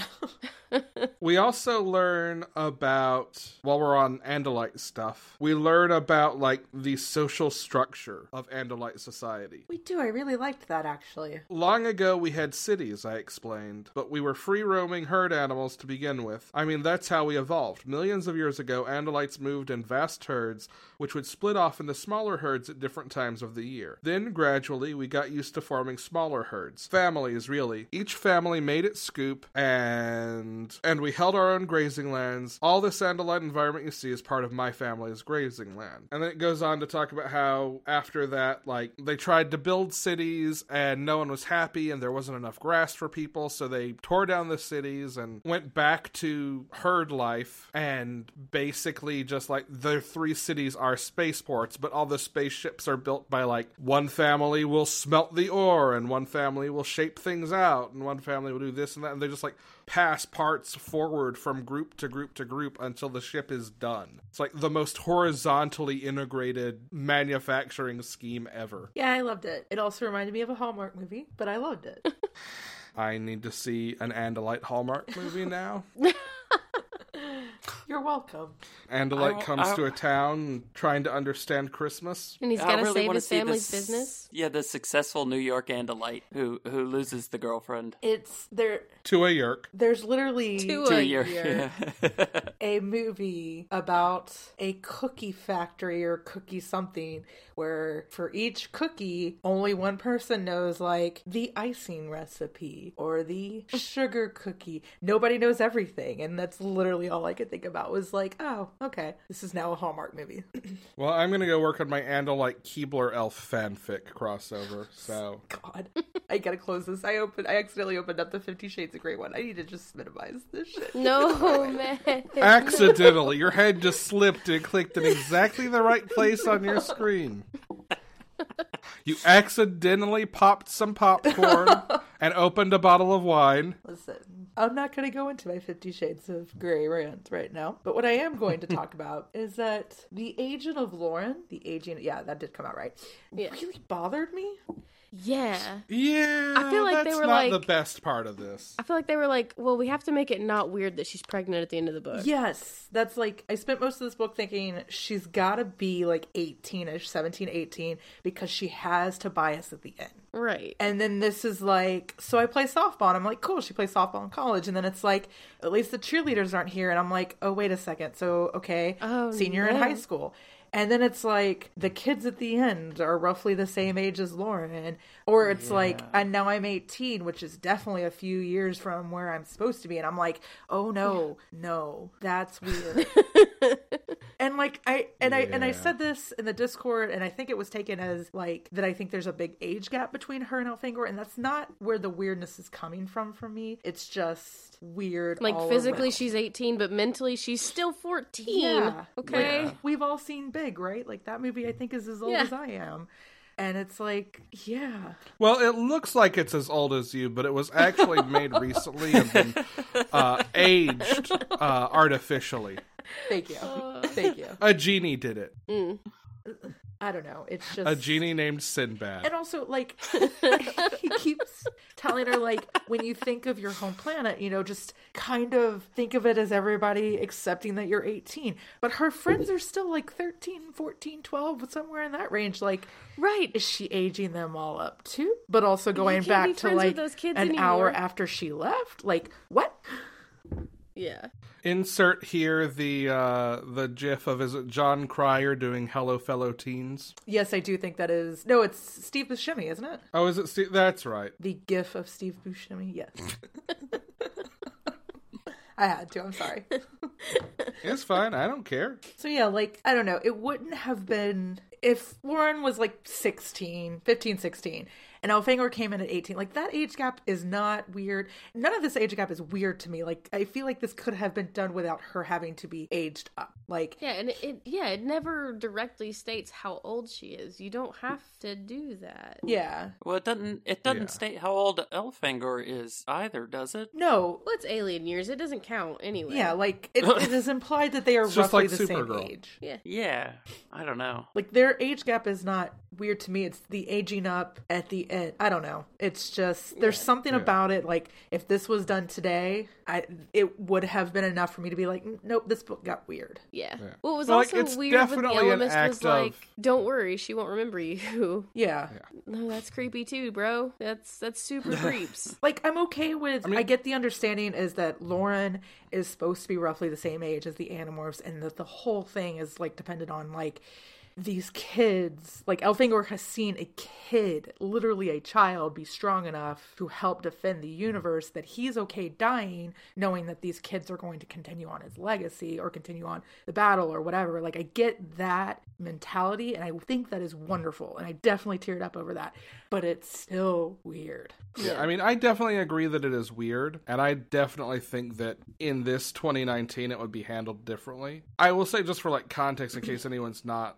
[SPEAKER 2] We also learn about while we're on Andalite stuff, we learn about like the social structure of Andalite society.
[SPEAKER 4] We do. I really liked that actually.
[SPEAKER 2] Long ago, we had cities, I explained, but we were free roaming herd animals to begin with. I mean, that's how we evolved. Millions of years ago, Andalites moved in vast herds, which would split off into smaller herds at different times of the year. Then, gradually, we got used to forming smaller herds. Families, really. Each family made its scoop, and and we held our own grazing lands. All this Andalite environment you see is part of my family's grazing land. And then it goes on to talk about how after that, like they tried to build cities and no one was happy and there wasn't enough grass for people, so they tore down the cities and went back to herd life and basically just like the three cities are spaceports, but all the spaceships are built by like one family will smelt the ore and one family will shape things out and one family will do this and that and they just like pass parts forward from group to group to group until the ship is done. It's like the most horizontally integrated manufacturing scheme ever.
[SPEAKER 4] Yeah, I loved it. It also reminded me of a Hallmark movie, but I loved it. [LAUGHS]
[SPEAKER 2] I need to see an Andalite Hallmark
[SPEAKER 1] [LAUGHS]
[SPEAKER 2] movie now.
[SPEAKER 4] You're welcome.
[SPEAKER 2] Andalite
[SPEAKER 3] I-
[SPEAKER 2] comes
[SPEAKER 3] I-
[SPEAKER 2] to a town trying to understand Christmas.
[SPEAKER 1] And he's
[SPEAKER 3] I
[SPEAKER 1] got to
[SPEAKER 3] really
[SPEAKER 1] save
[SPEAKER 3] wanna
[SPEAKER 1] his
[SPEAKER 3] see the
[SPEAKER 1] family's
[SPEAKER 3] s-
[SPEAKER 1] business.
[SPEAKER 3] Yeah, the successful New York Andalite who who loses the girlfriend
[SPEAKER 4] It's there.
[SPEAKER 2] To a yerk.
[SPEAKER 4] There's literally
[SPEAKER 1] To
[SPEAKER 3] to
[SPEAKER 1] a
[SPEAKER 3] a year.
[SPEAKER 1] year.
[SPEAKER 3] [LAUGHS] Yeah.
[SPEAKER 4] a movie about a cookie factory or cookie something where for each cookie only one person knows like the icing recipe or the sugar cookie nobody knows everything and that's literally all i could think about was like oh okay this is now a hallmark movie [LAUGHS]
[SPEAKER 2] Well, I'm going to go work on my Andalite Keebler Elf fanfic crossover. So,
[SPEAKER 4] god i gotta close this i opened i accidentally opened up the 50 shades of gray one i need to just minimize this shit
[SPEAKER 1] [LAUGHS] No man.
[SPEAKER 2] accidentally, your head just slipped and clicked in exactly the right place on your screen. You accidentally popped
[SPEAKER 1] [LAUGHS]
[SPEAKER 2] some popcorn and opened a bottle of wine.
[SPEAKER 4] Listen, I'm not going to go into my Fifty Shades of Grey rant right now, but what I am going to talk about is that the agent of Lauren, the agent, yeah, that did come out right,
[SPEAKER 1] Yeah.
[SPEAKER 4] really bothered me.
[SPEAKER 1] yeah.
[SPEAKER 2] Yeah,
[SPEAKER 1] I feel like they
[SPEAKER 2] that's
[SPEAKER 1] were
[SPEAKER 2] not
[SPEAKER 1] like-
[SPEAKER 2] the best part of this.
[SPEAKER 1] I feel like they were like, well, we have to make it not weird that she's pregnant at the end of the book.
[SPEAKER 4] Yes, that's like, I spent most of this book thinking she's got to be like 18 ish, 17, 18, because she has Tobias at the end.
[SPEAKER 1] Right.
[SPEAKER 4] And then this is like, so I play softball, and I'm like, cool, she plays softball in college. And then it's like, at least the cheerleaders aren't here. And I'm like, oh, wait a second. So, okay,
[SPEAKER 1] Oh,
[SPEAKER 4] senior in
[SPEAKER 1] no.
[SPEAKER 4] high school. And then it's like, the kids at the end are roughly the same age as Lauren. Or it's like, and now I'm 18, which is definitely a few years from where I'm supposed to be. And I'm like, oh, no, no, that's weird. And like I and I and I
[SPEAKER 2] Yeah.
[SPEAKER 4] said this in the Discord, and I think it was taken as like that. I think there's a big age gap between her and Elfangor, and that's not where the weirdness is coming from for me. It's just weird.
[SPEAKER 1] Like
[SPEAKER 4] all
[SPEAKER 1] physically
[SPEAKER 4] around.
[SPEAKER 1] she's 18, but mentally she's still 14.
[SPEAKER 4] Yeah.
[SPEAKER 1] Okay.
[SPEAKER 4] [LAUGHS] We've all seen Big, right? Like that movie. I think is as old
[SPEAKER 1] Yeah.
[SPEAKER 4] as I am, and it's like yeah,
[SPEAKER 2] Well, it looks like it's as old as you, but it was actually made recently and then uh, aged uh, artificially.
[SPEAKER 1] Uh.
[SPEAKER 4] thank you, thank you.
[SPEAKER 2] A genie did it.
[SPEAKER 4] I don't know. It's just
[SPEAKER 2] A genie named Sinbad.
[SPEAKER 4] And
[SPEAKER 1] [LAUGHS]
[SPEAKER 4] also, like, he keeps telling her, like, when you think of your home planet, you know, just kind of think of it as everybody accepting that you're 18. But her friends are still like 13, 14, 12, somewhere in that range. Like,
[SPEAKER 1] Right.
[SPEAKER 4] is she aging them all up too? But also going
[SPEAKER 1] can't be
[SPEAKER 4] back to
[SPEAKER 1] friends with
[SPEAKER 4] like
[SPEAKER 1] those kids
[SPEAKER 4] an hour
[SPEAKER 1] anymore.
[SPEAKER 4] after she left. Like, what?
[SPEAKER 1] Yeah.
[SPEAKER 2] Insert here the uh, the gif of is it John Cryer doing "Hello, fellow teens."
[SPEAKER 4] Yes, I do think that is. No, it's Steve Buscemi, isn't it?
[SPEAKER 2] Oh, is it? Steve? That's right.
[SPEAKER 4] The gif of Steve Buscemi. Yes. [LAUGHS] I had to. I'm sorry.
[SPEAKER 2] It's fine. I don't care.
[SPEAKER 4] So yeah, like I don't know, it wouldn't have been if Lauren was like 16, 15, 16 and Elfangor came in at 18. Like that age gap is not weird. None of this age gap is weird to me. Like I feel like this could have been done without her having to be aged up. Like
[SPEAKER 1] Yeah, and it, it yeah, it never directly states how old she is. You don't have to do that.
[SPEAKER 4] yeah.
[SPEAKER 3] Well, it doesn't. It doesn't
[SPEAKER 2] Yeah.
[SPEAKER 3] state how old Elfangor is either, does it?
[SPEAKER 4] No.
[SPEAKER 1] Well, it's alien years. It doesn't count anyway.
[SPEAKER 4] Yeah, like it, it is implied that they are
[SPEAKER 2] It's just
[SPEAKER 4] roughly
[SPEAKER 2] like
[SPEAKER 4] the
[SPEAKER 2] Supergirl.
[SPEAKER 4] same age.
[SPEAKER 1] Yeah.
[SPEAKER 3] Yeah, I don't know.
[SPEAKER 4] Like their age gap is not weird to me. It's the aging up at the end. I don't know. It's just there's something about it. Like if this was done today, I it would have been enough for me to be like, "Mm, nope, this book got weird.
[SPEAKER 1] Yeah.
[SPEAKER 2] Yeah.
[SPEAKER 1] What was
[SPEAKER 2] Well, like,
[SPEAKER 1] also
[SPEAKER 2] it's
[SPEAKER 1] weird with the
[SPEAKER 2] definitely an
[SPEAKER 1] Elemist was
[SPEAKER 2] act of-
[SPEAKER 1] like, "Don't worry, she won't remember you." [LAUGHS]
[SPEAKER 4] Yeah.
[SPEAKER 1] no, that's creepy too, bro. That's that's
[SPEAKER 2] [LAUGHS]
[SPEAKER 1] super creeps.
[SPEAKER 4] Like I'm okay with. I, get the understanding is that Lauren is supposed to be roughly the same age as the Animorphs, and that the whole thing is like dependent on like these kids. Like Elfangor has seen a kid, literally a child, be strong enough to help defend the universe. That he's okay dying, knowing that these kids are going to continue on his legacy or continue on the battle or whatever. Like I get that mentality, and I think that is wonderful, and I definitely teared up over that. But it's still weird.
[SPEAKER 2] Yeah, I mean, I definitely agree that it is weird, and I definitely think that in this 2019 it would be handled differently. I will say, just for like context, in case anyone's not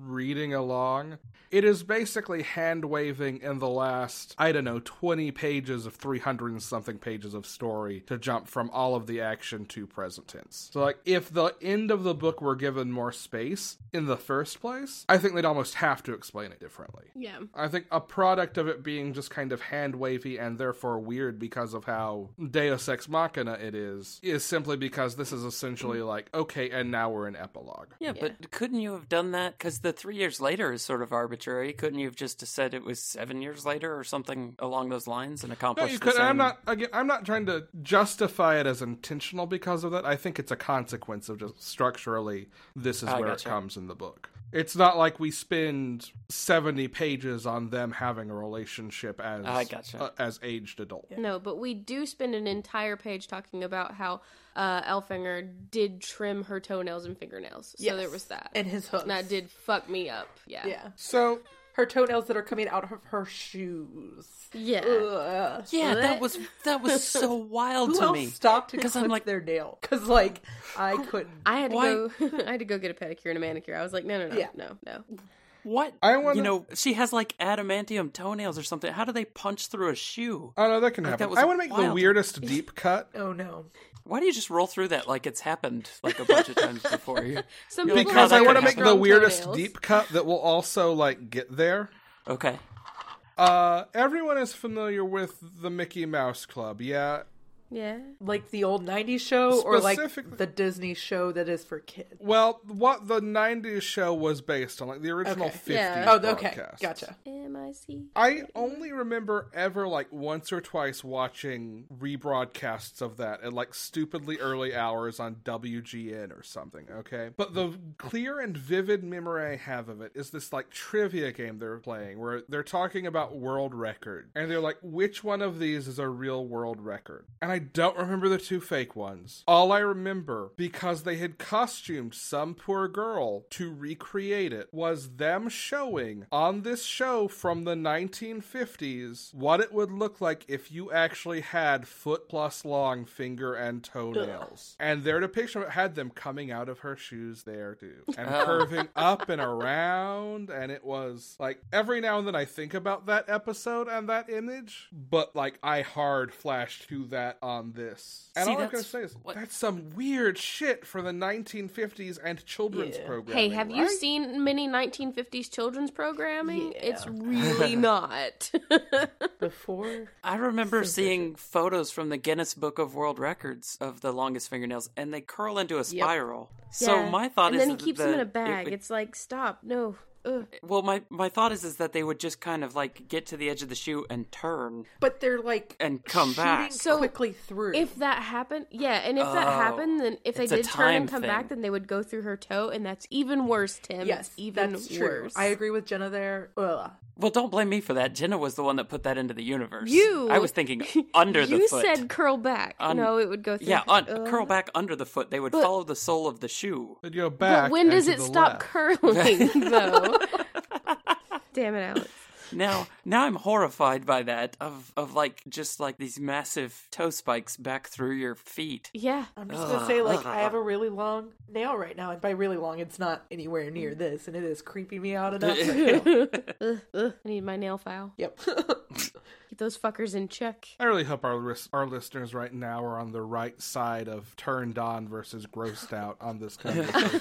[SPEAKER 2] reading along, it is basically hand waving in the last, I don't know, 20 pages of 300 and something pages of story to jump from all of the action to present tense. So, like, if the end of the book were given more space in the first place, I think they'd almost have to explain it differently.
[SPEAKER 1] yeah.
[SPEAKER 2] I think a product of it being just kind of hand wavy and therefore weird because of how Deus Ex Machina it is, is simply because this is essentially like, okay, and now we're in epilogue.
[SPEAKER 3] Yeah,
[SPEAKER 1] Yeah.
[SPEAKER 3] but couldn't you have done that? Because the three years later is sort of arbitrary. Couldn't you have just said it was seven years later or something along those lines and
[SPEAKER 2] No,
[SPEAKER 3] accomplished?
[SPEAKER 2] you
[SPEAKER 3] the
[SPEAKER 2] could. I'm
[SPEAKER 3] same-
[SPEAKER 2] not. Again, I'm not trying to justify it as intentional because of that. I think it's a consequence of just structurally, this is
[SPEAKER 3] I
[SPEAKER 2] where
[SPEAKER 3] gotcha.
[SPEAKER 2] it comes in the book. It's not like we spend 70 pages on them having a relationship as
[SPEAKER 3] I gotcha.
[SPEAKER 2] uh, as aged adults.
[SPEAKER 1] No, but we do spend an entire page talking about how uh, Elfinger did trim her toenails and fingernails. So there
[SPEAKER 4] Yes.
[SPEAKER 1] was that.
[SPEAKER 4] And his hooves.
[SPEAKER 1] And that did fuck me up. Yeah.
[SPEAKER 4] Yeah.
[SPEAKER 2] So
[SPEAKER 4] Her toenails that are coming out of her shoes.
[SPEAKER 1] Yeah.
[SPEAKER 4] Ugh.
[SPEAKER 3] Yeah, that [LAUGHS] was that was so wild
[SPEAKER 4] Who
[SPEAKER 3] to
[SPEAKER 4] else
[SPEAKER 3] me.
[SPEAKER 4] stopped to
[SPEAKER 3] 'Cause I'm
[SPEAKER 4] clip
[SPEAKER 3] like-
[SPEAKER 4] their nail? Because like I couldn't.
[SPEAKER 1] I had to
[SPEAKER 3] Why-
[SPEAKER 1] go. [LAUGHS] I had to go get a pedicure and a manicure. I was like, no, no, no,
[SPEAKER 4] Yeah.
[SPEAKER 1] no, no.
[SPEAKER 3] What?
[SPEAKER 2] I wanna-
[SPEAKER 3] You know, she has like adamantium toenails or something. How do they punch through a shoe?
[SPEAKER 2] Oh no, that can
[SPEAKER 3] Like, that
[SPEAKER 2] happen.
[SPEAKER 3] was
[SPEAKER 2] I want to make the
[SPEAKER 3] wild.
[SPEAKER 2] weirdest deep cut.
[SPEAKER 4] Oh no.
[SPEAKER 3] Why do you just roll through that like it's happened like
[SPEAKER 1] [LAUGHS]
[SPEAKER 3] a bunch of times before? You
[SPEAKER 1] Some people have
[SPEAKER 3] Because
[SPEAKER 2] because
[SPEAKER 3] that
[SPEAKER 2] I
[SPEAKER 1] very
[SPEAKER 2] want to
[SPEAKER 3] could
[SPEAKER 2] make the
[SPEAKER 1] strong
[SPEAKER 2] weirdest
[SPEAKER 1] toenails.
[SPEAKER 2] deep cut that will also like get there.
[SPEAKER 3] okay?
[SPEAKER 2] Uh, everyone is familiar with the Mickey Mouse Club, yeah.
[SPEAKER 1] Yeah.
[SPEAKER 4] Like the old '90s show, or like
[SPEAKER 2] Specifically-
[SPEAKER 4] the Disney show that is for kids.
[SPEAKER 2] Well, what the '90s show was based on, like the original
[SPEAKER 4] Okay.
[SPEAKER 2] 50s
[SPEAKER 1] Yeah.
[SPEAKER 4] Oh, okay,
[SPEAKER 2] broadcasts.
[SPEAKER 4] gotcha.
[SPEAKER 1] M I C.
[SPEAKER 2] I only remember ever like once or twice watching rebroadcasts of that at like stupidly early hours on WGN or something, okay? But the clear and vivid memory I have of it is this like trivia game they're playing where they're talking about world record and they're like which one of these is a real world record? And I don't remember the two fake ones. All I remember because they had costumed some poor girl to recreate it was them showing on this show from the 1950s what it would look like if you actually had foot plus long finger and toenails. And their depiction of it had them coming out of her shoes there
[SPEAKER 3] [LAUGHS]
[SPEAKER 2] too and curving up and around. And it was like every now and then I think about that episode and that image, but like I hard flashed to that on this. And
[SPEAKER 3] See,
[SPEAKER 2] all I'm going to
[SPEAKER 3] that's
[SPEAKER 2] say is
[SPEAKER 3] what-
[SPEAKER 2] that's some weird shit for the 1950s and children's
[SPEAKER 4] Yeah.
[SPEAKER 2] program.
[SPEAKER 1] Hey, have you seen many 1950s children's programming?
[SPEAKER 4] Yeah. [LAUGHS]
[SPEAKER 1] It's really not.
[SPEAKER 4] Before
[SPEAKER 3] I remember seeing photos from the Guinness Book of World Records of the longest fingernails, and they curl into a spiral. So
[SPEAKER 1] Yeah.
[SPEAKER 3] my thought
[SPEAKER 1] and
[SPEAKER 3] is,
[SPEAKER 1] then he
[SPEAKER 3] that-
[SPEAKER 1] keeps them in
[SPEAKER 3] that
[SPEAKER 1] a
[SPEAKER 3] it
[SPEAKER 1] bag.
[SPEAKER 3] would-
[SPEAKER 1] It's like, stop, no. Ugh.
[SPEAKER 3] well, my my thought is is that they would just kind of like get to the edge of the shoe and turn.
[SPEAKER 4] but they're like
[SPEAKER 3] And come
[SPEAKER 4] shooting
[SPEAKER 3] back.
[SPEAKER 1] So,
[SPEAKER 4] quickly through.
[SPEAKER 1] If that happened, yeah, and if that
[SPEAKER 3] Oh,
[SPEAKER 1] happened, then if they
[SPEAKER 3] it's a
[SPEAKER 1] did turn
[SPEAKER 3] time
[SPEAKER 1] and come back,
[SPEAKER 3] thing.
[SPEAKER 1] then they would go through her toe, and that's even worse, Tim.
[SPEAKER 4] yes,
[SPEAKER 1] it's even
[SPEAKER 4] that's true.
[SPEAKER 1] worse.
[SPEAKER 4] I agree with Jenna there. Ugh.
[SPEAKER 3] Well, don't blame me for that. Jenna was the one that put that into the universe.
[SPEAKER 1] You.
[SPEAKER 3] I was
[SPEAKER 1] [LAUGHS]
[SPEAKER 3] thinking under the
[SPEAKER 1] you
[SPEAKER 3] foot.
[SPEAKER 1] said curl back.
[SPEAKER 3] Un-
[SPEAKER 1] no, it would go through.
[SPEAKER 3] yeah, un-
[SPEAKER 1] Ugh.
[SPEAKER 3] curl back under the foot. They would follow the sole of the shoe.
[SPEAKER 2] Then you go back.
[SPEAKER 1] But when
[SPEAKER 2] and
[SPEAKER 1] does
[SPEAKER 2] to
[SPEAKER 1] it
[SPEAKER 2] the
[SPEAKER 1] stop
[SPEAKER 2] left.
[SPEAKER 3] [LAUGHS]
[SPEAKER 1] curling, though? Damn it, Alex.
[SPEAKER 3] Now, now I'm horrified by that of of like just like these massive toe spikes back through your feet.
[SPEAKER 1] Yeah.
[SPEAKER 4] I'm just gonna say, like, I have a really long nail right now, and by really long, it's not anywhere near
[SPEAKER 3] Mm.
[SPEAKER 4] this, and it is creeping me
[SPEAKER 3] [LAUGHS]
[SPEAKER 4] out enough. right now.
[SPEAKER 1] Ugh, ugh. I need my nail file.
[SPEAKER 4] yep. [LAUGHS]
[SPEAKER 1] Keep those fuckers in check.
[SPEAKER 2] I really hope our lis- our listeners right now are on the right side of turned on versus grossed out on
[SPEAKER 3] [LAUGHS]
[SPEAKER 2] this conversation.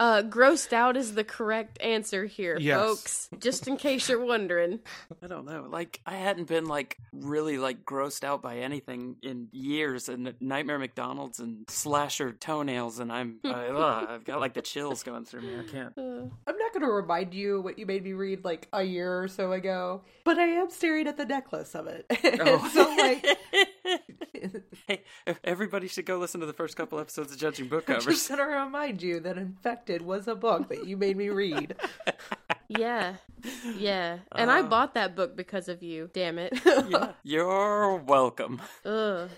[SPEAKER 1] Uh, grossed out is the correct answer here,
[SPEAKER 2] Yes.
[SPEAKER 1] folks. Just in case you're wondering.
[SPEAKER 3] I don't know. Like I hadn't been like really like grossed out by anything in years, and Nightmare McDonald's and slasher toenails, and [LAUGHS] I'm I, ugh, I've got like the chills going through me. I can't.
[SPEAKER 4] I'm not gonna remind you what you made me read like a year or so ago, but I am staring at the necklace of it. [LAUGHS]
[SPEAKER 3] Oh.
[SPEAKER 4] so
[SPEAKER 3] [LAUGHS]
[SPEAKER 4] like,
[SPEAKER 3] Hey, e, everybody should go listen to the first couple episodes of [LAUGHS] Judging Book
[SPEAKER 4] I'm just
[SPEAKER 3] Covers.
[SPEAKER 4] gonna remind you that Infected was a book that you made me read.
[SPEAKER 3] [LAUGHS]
[SPEAKER 1] Yeah. Yeah. And
[SPEAKER 3] Oh.
[SPEAKER 1] I bought that book because of you. Damn
[SPEAKER 3] [LAUGHS]
[SPEAKER 1] it.
[SPEAKER 3] You're welcome.
[SPEAKER 1] Ugh.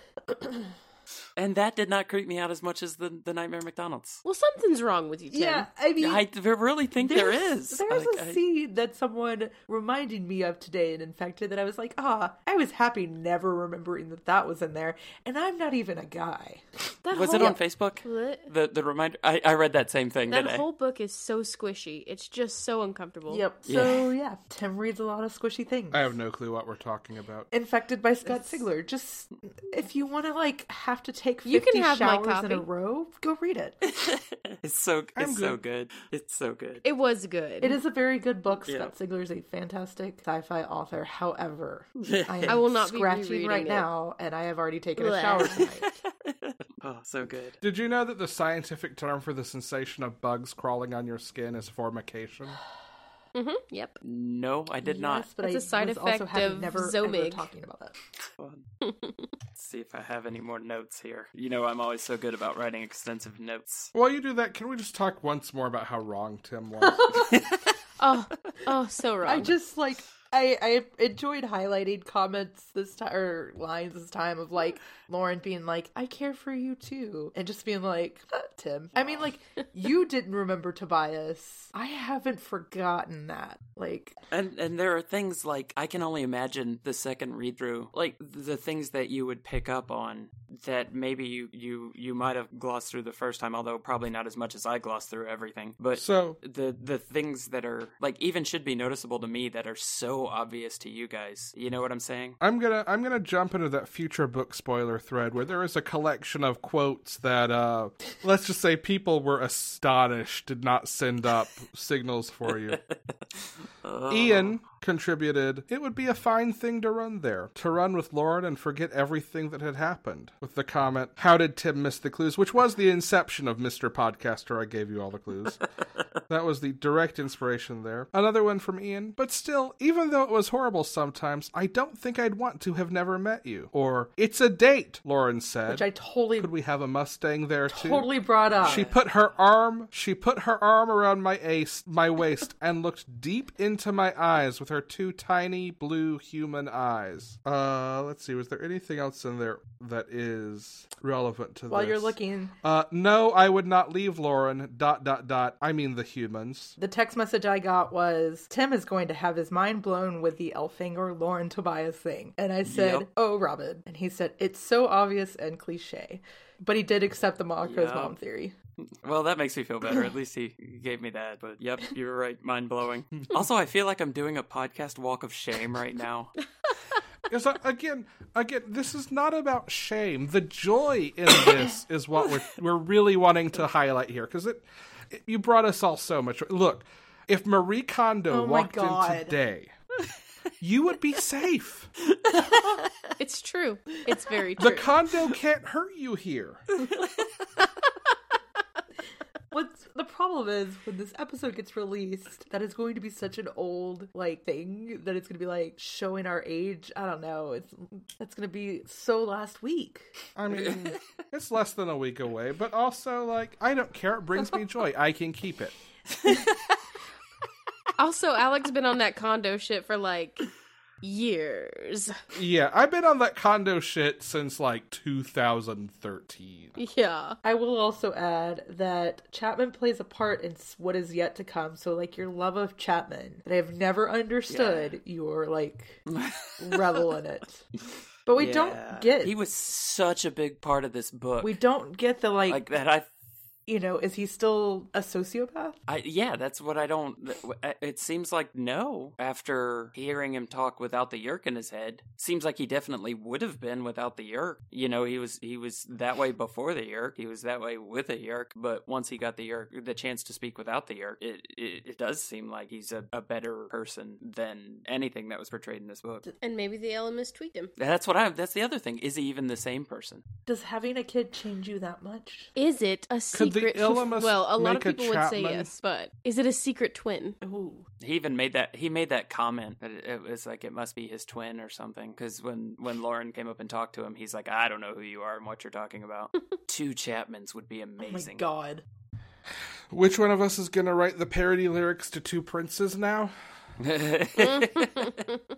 [SPEAKER 3] And that did not creep me out as much as the the Nightmare McDonald's.
[SPEAKER 1] Well, something's wrong with you, Tim.
[SPEAKER 4] yeah, I mean,
[SPEAKER 3] I really think there is.
[SPEAKER 4] There's
[SPEAKER 3] Like,
[SPEAKER 4] a
[SPEAKER 3] I-
[SPEAKER 4] scene that someone reminded me of today in Infected that I was like, ah, I was happy never remembering that that was in there, and I'm not even a guy.
[SPEAKER 1] That
[SPEAKER 3] was it
[SPEAKER 1] whole-
[SPEAKER 3] on Facebook?
[SPEAKER 1] What?
[SPEAKER 3] The the reminder. I, I read that same thing
[SPEAKER 1] That
[SPEAKER 3] today.
[SPEAKER 1] whole book is so squishy. It's just so uncomfortable.
[SPEAKER 4] So yeah, Tim reads a lot of squishy things.
[SPEAKER 2] I have no clue what we're talking about.
[SPEAKER 4] Infected by Scott Sigler. Just if you want to like have to take 50
[SPEAKER 1] You can have my
[SPEAKER 4] showers in
[SPEAKER 1] copy.
[SPEAKER 4] a row, go read it.
[SPEAKER 3] It's so it's so good. It's so good.
[SPEAKER 1] It was good.
[SPEAKER 4] It is a very good book. Scott Sigler is a fantastic sci-fi author. However, I, am
[SPEAKER 1] I will not be
[SPEAKER 4] scratching
[SPEAKER 1] rereading
[SPEAKER 4] right
[SPEAKER 1] it.
[SPEAKER 4] now, and I have already taken a
[SPEAKER 1] Blech.
[SPEAKER 4] shower tonight.
[SPEAKER 3] Oh, so good.
[SPEAKER 2] Did you know that the scientific term for the sensation of bugs crawling on your skin is formication?
[SPEAKER 1] [LAUGHS] Yep.
[SPEAKER 3] No, I did not.
[SPEAKER 4] Yes, but
[SPEAKER 1] That's
[SPEAKER 4] I
[SPEAKER 1] a side
[SPEAKER 4] was also
[SPEAKER 1] effect
[SPEAKER 4] happy
[SPEAKER 1] of
[SPEAKER 4] never, ever
[SPEAKER 1] Zomig.
[SPEAKER 4] talking about that.
[SPEAKER 3] Fun. Let's see if I have any more notes here. You know, I'm always so good about writing extensive notes.
[SPEAKER 2] While you do that, can we just talk once more about how wrong Tim was?
[SPEAKER 1] Oh, oh, so wrong.
[SPEAKER 4] I just like I I enjoyed highlighting comments this time or lines this time of like Lauren being like I care for you too and just being like "Uh, Tim. I mean like you didn't remember Tobias. I haven't forgotten that. Like
[SPEAKER 3] And and there are things like I can only imagine the second read through, like the things that you would pick up on that maybe you you you might have glossed through the first time, although probably not as much as I glossed through everything. But
[SPEAKER 2] so,
[SPEAKER 3] the the things that are like even should be noticeable to me that are so obvious to you guys. You know what I'm saying?
[SPEAKER 2] I'm gonna I'm gonna jump into that future book spoiler thread where there is a collection of quotes that uh let's just say people were astonished did not send up signals for you. Ian contributed, It would be a fine thing to run there, to run with Lauren and forget everything that had happened. With the comment, How did Tim miss the clues? Which was the inception of Mr. Podcaster, I gave you all the
[SPEAKER 4] [LAUGHS]
[SPEAKER 2] clues. That was the direct inspiration there. Another one from Ian. But still, even though it was horrible sometimes, I don't think I'd want to have never met you. Or, it's a date, Lauren said.
[SPEAKER 4] which I totally
[SPEAKER 2] Could we have a Mustang there too?
[SPEAKER 4] totally brought up.
[SPEAKER 2] She put her arm she put her arm around my ace my waist and looked deep into my eyes with her two tiny blue human eyes. Uh let's see, was there anything else in there that is relevant to
[SPEAKER 4] While
[SPEAKER 2] this?
[SPEAKER 4] you're looking,
[SPEAKER 2] Uh no, I would not leave Lauren. Dot dot dot. I mean the humans.
[SPEAKER 4] the text message I got was Tim is going to have his mind blown with the Elfinger Lauren Tobias thing. And I said,
[SPEAKER 3] Yep.
[SPEAKER 4] Oh, Robin. And he said, It's so obvious and cliche. But he did accept the Monaco's
[SPEAKER 3] Yep.
[SPEAKER 4] mom theory.
[SPEAKER 3] Well, that makes me feel better. At least he gave me that. But yep, you're right. Mind blowing. also, I feel like I'm doing a podcast walk of shame right now.
[SPEAKER 2] It's like, uh, again, again, this is not about shame. The joy in [COUGHS] this is what we're we're really wanting to highlight here because it, it- you brought us all so much. Look, if Marie Kondo
[SPEAKER 4] Oh my
[SPEAKER 2] walked in
[SPEAKER 4] God. [LAUGHS]
[SPEAKER 2] today, you would be safe.
[SPEAKER 1] It's true. It's
[SPEAKER 4] [LAUGHS]
[SPEAKER 1] very
[SPEAKER 2] The
[SPEAKER 1] true.
[SPEAKER 2] Kondo can't hurt you here.
[SPEAKER 4] What's the problem is when this episode gets released, that is going to be such an old like thing that it's going to be like showing our age. I don't know. It's that's going to be so last week.
[SPEAKER 2] I mean, it's less than a week away, but also like I don't care. It brings me joy. I can keep it.
[SPEAKER 1] also, Alex been on that condo shit for like years.
[SPEAKER 2] Yeah, I've been on that Kondo shit since like 2013.
[SPEAKER 1] Yeah.
[SPEAKER 4] I will also add that Chapman plays a part in s- what is yet to come. So like your love of Chapman that I've never understood, you're like
[SPEAKER 3] [LAUGHS]
[SPEAKER 4] revel in it. But we
[SPEAKER 3] Yeah.
[SPEAKER 4] don't get
[SPEAKER 3] He was such a big part of this book.
[SPEAKER 4] we don't get the like,
[SPEAKER 3] like that. I
[SPEAKER 4] you know, is he still a sociopath?
[SPEAKER 3] I, yeah, that's what I don't. th- w- uh, It seems like no. After hearing him talk without the yerk in his head, seems like he definitely would have been without the yerk. You know, he was he was that way before the yerk. He was that way with the yerk. But once he got the yerk, the chance to speak without the yerk, it it, it does seem like he's a, a better person than anything that was portrayed in this book.
[SPEAKER 1] And maybe the elements tweaked him.
[SPEAKER 3] That's what I. That's the other thing. Is he even the same person?
[SPEAKER 4] Does having a kid change you that much?
[SPEAKER 1] Is it a
[SPEAKER 2] Could the
[SPEAKER 1] secret?
[SPEAKER 2] Illimus
[SPEAKER 1] well, a lot of
[SPEAKER 2] make a
[SPEAKER 1] people would say
[SPEAKER 2] Chapman?
[SPEAKER 1] yes, but is it a secret twin?
[SPEAKER 4] Ooh.
[SPEAKER 3] He even made that he made that comment that it, it was like it must be his twin or something because when when Lauren came up and talked to him, he's like, I don't know who you are and what you're talking
[SPEAKER 4] [LAUGHS]
[SPEAKER 3] about. Two Chapmans would be amazing.
[SPEAKER 4] Oh my god. [LAUGHS]
[SPEAKER 2] Which one of us is going to write the parody lyrics to Two Princes now?
[SPEAKER 3] [LAUGHS]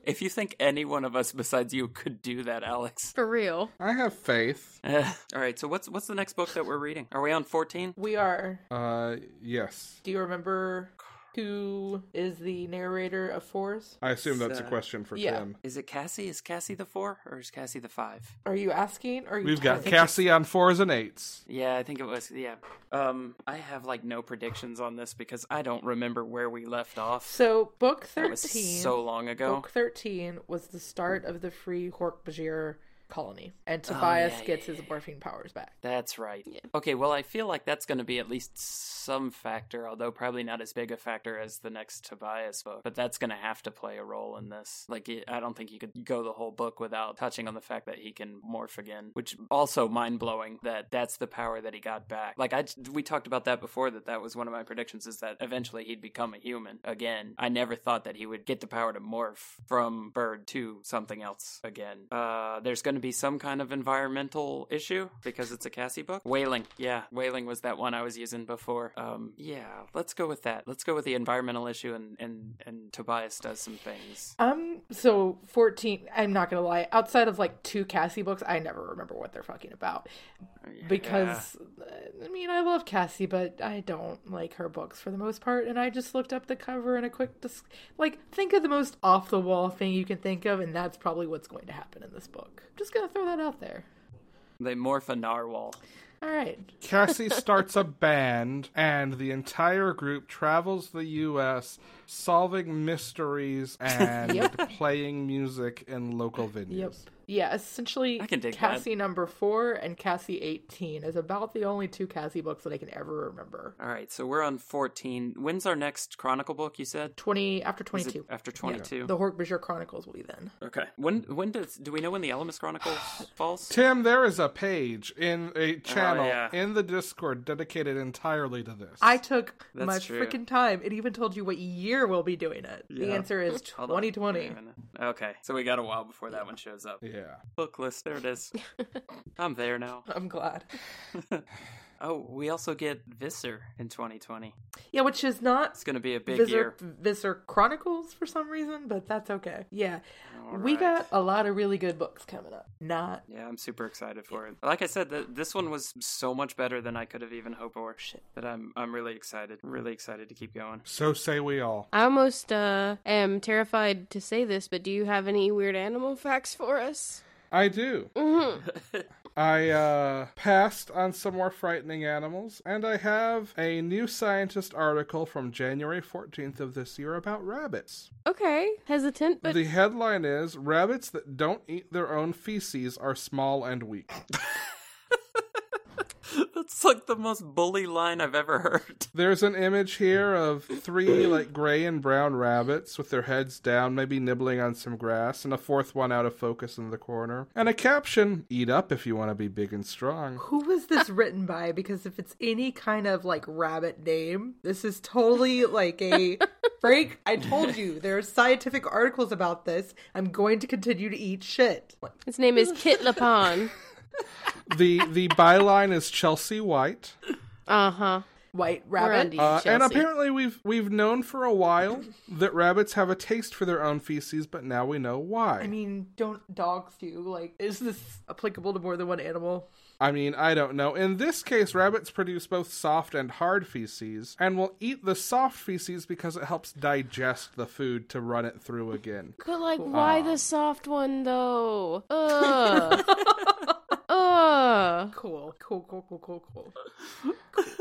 [SPEAKER 3] if you think any one of us besides you could do that, Alex. [SIGHS]
[SPEAKER 1] For real.
[SPEAKER 2] I have faith.
[SPEAKER 3] Uh, all right, so what's what's the next book that we're reading? Are we on fourteen?
[SPEAKER 4] We are.
[SPEAKER 2] Uh, yes.
[SPEAKER 4] Do you remember who is the narrator of Fours?
[SPEAKER 2] I assume that's a
[SPEAKER 3] So-
[SPEAKER 2] question for
[SPEAKER 4] Yeah.
[SPEAKER 2] Tim.
[SPEAKER 3] Is it Cassie? Is Cassie the four or is Cassie the five?
[SPEAKER 4] Are you asking? Or are you
[SPEAKER 2] We've got
[SPEAKER 4] telling?
[SPEAKER 2] Cassie on fours and eights.
[SPEAKER 3] Yeah, I think it was. Yeah, um, I have like no predictions on this because I don't remember where we left off.
[SPEAKER 4] So book
[SPEAKER 3] That
[SPEAKER 4] thirteen.
[SPEAKER 3] was so long ago.
[SPEAKER 4] Book thirteen was the start of the free Hork-Bajir colony, and Tobias
[SPEAKER 3] Oh, yeah,
[SPEAKER 4] gets
[SPEAKER 3] yeah,
[SPEAKER 4] his morphine powers back.
[SPEAKER 3] That's right. Okay, well, I feel like that's going to be at least some factor, although probably not as big a factor as the next Tobias book. But that's going to have to play a role in this. Like, it- I don't think you could go the whole book without touching on the fact that he can morph again, which also mind blowing that that's the power that he got back. Like, I we talked about that before. That that was one of my predictions is that eventually he'd become a human again. I never thought that he would get the power to morph from bird to something else again. Uh, there's going to be some kind of environmental issue because it's a Cassie book. Whaling, yeah, whaling was that one I was using before. Um, yeah, let's go with that. Let's go with the environmental issue, and and and Tobias does some things.
[SPEAKER 4] Um. So fourteen. I'm not gonna lie. Outside of like two Cassie books, I never remember what they're fucking about
[SPEAKER 3] Oh,
[SPEAKER 4] because uh, I mean I love Cassie, but I don't like her books for the most part. And I just looked up the cover and a quick dis- like think of the most off the wall thing you can think of, and that's probably what's going to happen in this book. Just gonna throw that out there.
[SPEAKER 3] they morph a narwhal.
[SPEAKER 4] All right.
[SPEAKER 2] Cassie starts a band, and the entire group travels the U.S., solving
[SPEAKER 4] [LAUGHS]
[SPEAKER 2] mysteries and playing music in local venues.
[SPEAKER 4] Yep. Yeah, essentially,
[SPEAKER 3] I can dig that.
[SPEAKER 4] Cassie number four and Cassie 18 is about the only two Cassie books that I can ever remember.
[SPEAKER 3] All right, so we're on fourteen. When's our next Chronicle book? You said
[SPEAKER 4] 20 after
[SPEAKER 3] Is it
[SPEAKER 4] 22.
[SPEAKER 3] after twenty-two.
[SPEAKER 4] The Hork-Bajir Chronicles will be then.
[SPEAKER 3] Okay. When when does do we know when the Elemis Chronicles falls?
[SPEAKER 2] Tim, there is a page in
[SPEAKER 4] Oh,
[SPEAKER 2] a channel
[SPEAKER 3] yeah.
[SPEAKER 2] in the Discord dedicated entirely to this.
[SPEAKER 4] I took
[SPEAKER 3] That's
[SPEAKER 4] my
[SPEAKER 3] true.
[SPEAKER 4] freaking time. It even told you what year we'll be doing it. The
[SPEAKER 3] Yeah.
[SPEAKER 4] answer is
[SPEAKER 3] [LAUGHS] Hold on,
[SPEAKER 4] 2020.
[SPEAKER 3] wait a minute. Okay, so we got a while before that one shows up.
[SPEAKER 2] yeah.
[SPEAKER 3] [LAUGHS] Book list, there it [LAUGHS] is. I'm there now.
[SPEAKER 4] I'm glad.
[SPEAKER 3] Oh, we also get Visser in 2020.
[SPEAKER 4] Yeah, which is not
[SPEAKER 3] It's going to be a big
[SPEAKER 4] Visor,
[SPEAKER 3] year.
[SPEAKER 4] Visor Chronicles for some reason, but that's okay. Yeah. We
[SPEAKER 3] right.
[SPEAKER 4] got a lot of really good books coming up. Not
[SPEAKER 3] Yeah, I'm super excited for it. Like I said, th- this one was so much better than I could have even hoped for. Shit, that I'm I'm really excited, really excited to keep going.
[SPEAKER 2] So say we all.
[SPEAKER 1] I almost uh, am terrified to say this, but do you have any weird animal facts for us?
[SPEAKER 2] I do. I uh, passed on some more frightening animals, and I have a new scientist article from January 14th of this year about rabbits.
[SPEAKER 1] Okay, hesitant, but
[SPEAKER 2] the headline is Rabbits that don't eat their own feces are small and weak.
[SPEAKER 3] That's like the most bully line I've ever heard.
[SPEAKER 2] There's an image here of three like gray and brown rabbits with their heads down, maybe nibbling on some grass, and a fourth one out of focus in the corner. And a caption, eat up if you want to be big and strong.
[SPEAKER 4] Who
[SPEAKER 1] [LAUGHS]
[SPEAKER 4] was this written by? Because if it's any kind of like rabbit name, this is totally like a Frank. I told you there are scientific articles about this. I'm going to continue to eat shit.
[SPEAKER 1] his name is Kit
[SPEAKER 2] [LAUGHS]
[SPEAKER 1] Lapon.
[SPEAKER 2] The the byline is Chelsea White.
[SPEAKER 1] Uh huh.
[SPEAKER 4] White
[SPEAKER 1] We're on
[SPEAKER 4] rabbit.
[SPEAKER 1] to you,
[SPEAKER 2] Uh,
[SPEAKER 1] Chelsea.
[SPEAKER 2] and apparently we've we've known for a while that rabbits have a taste for their own feces, but now we know why.
[SPEAKER 4] I mean, don't dogs do? Like, is this applicable to more than one animal?
[SPEAKER 2] I mean, I don't know. In this case, rabbits produce both soft and hard feces, and will eat the soft feces because it helps digest the food to run it through
[SPEAKER 4] [LAUGHS]
[SPEAKER 2] again.
[SPEAKER 1] But like, why the soft one
[SPEAKER 2] [LAUGHS]
[SPEAKER 1] though? Ugh. Ugh.
[SPEAKER 4] Cool, cool, cool, cool, cool, cool.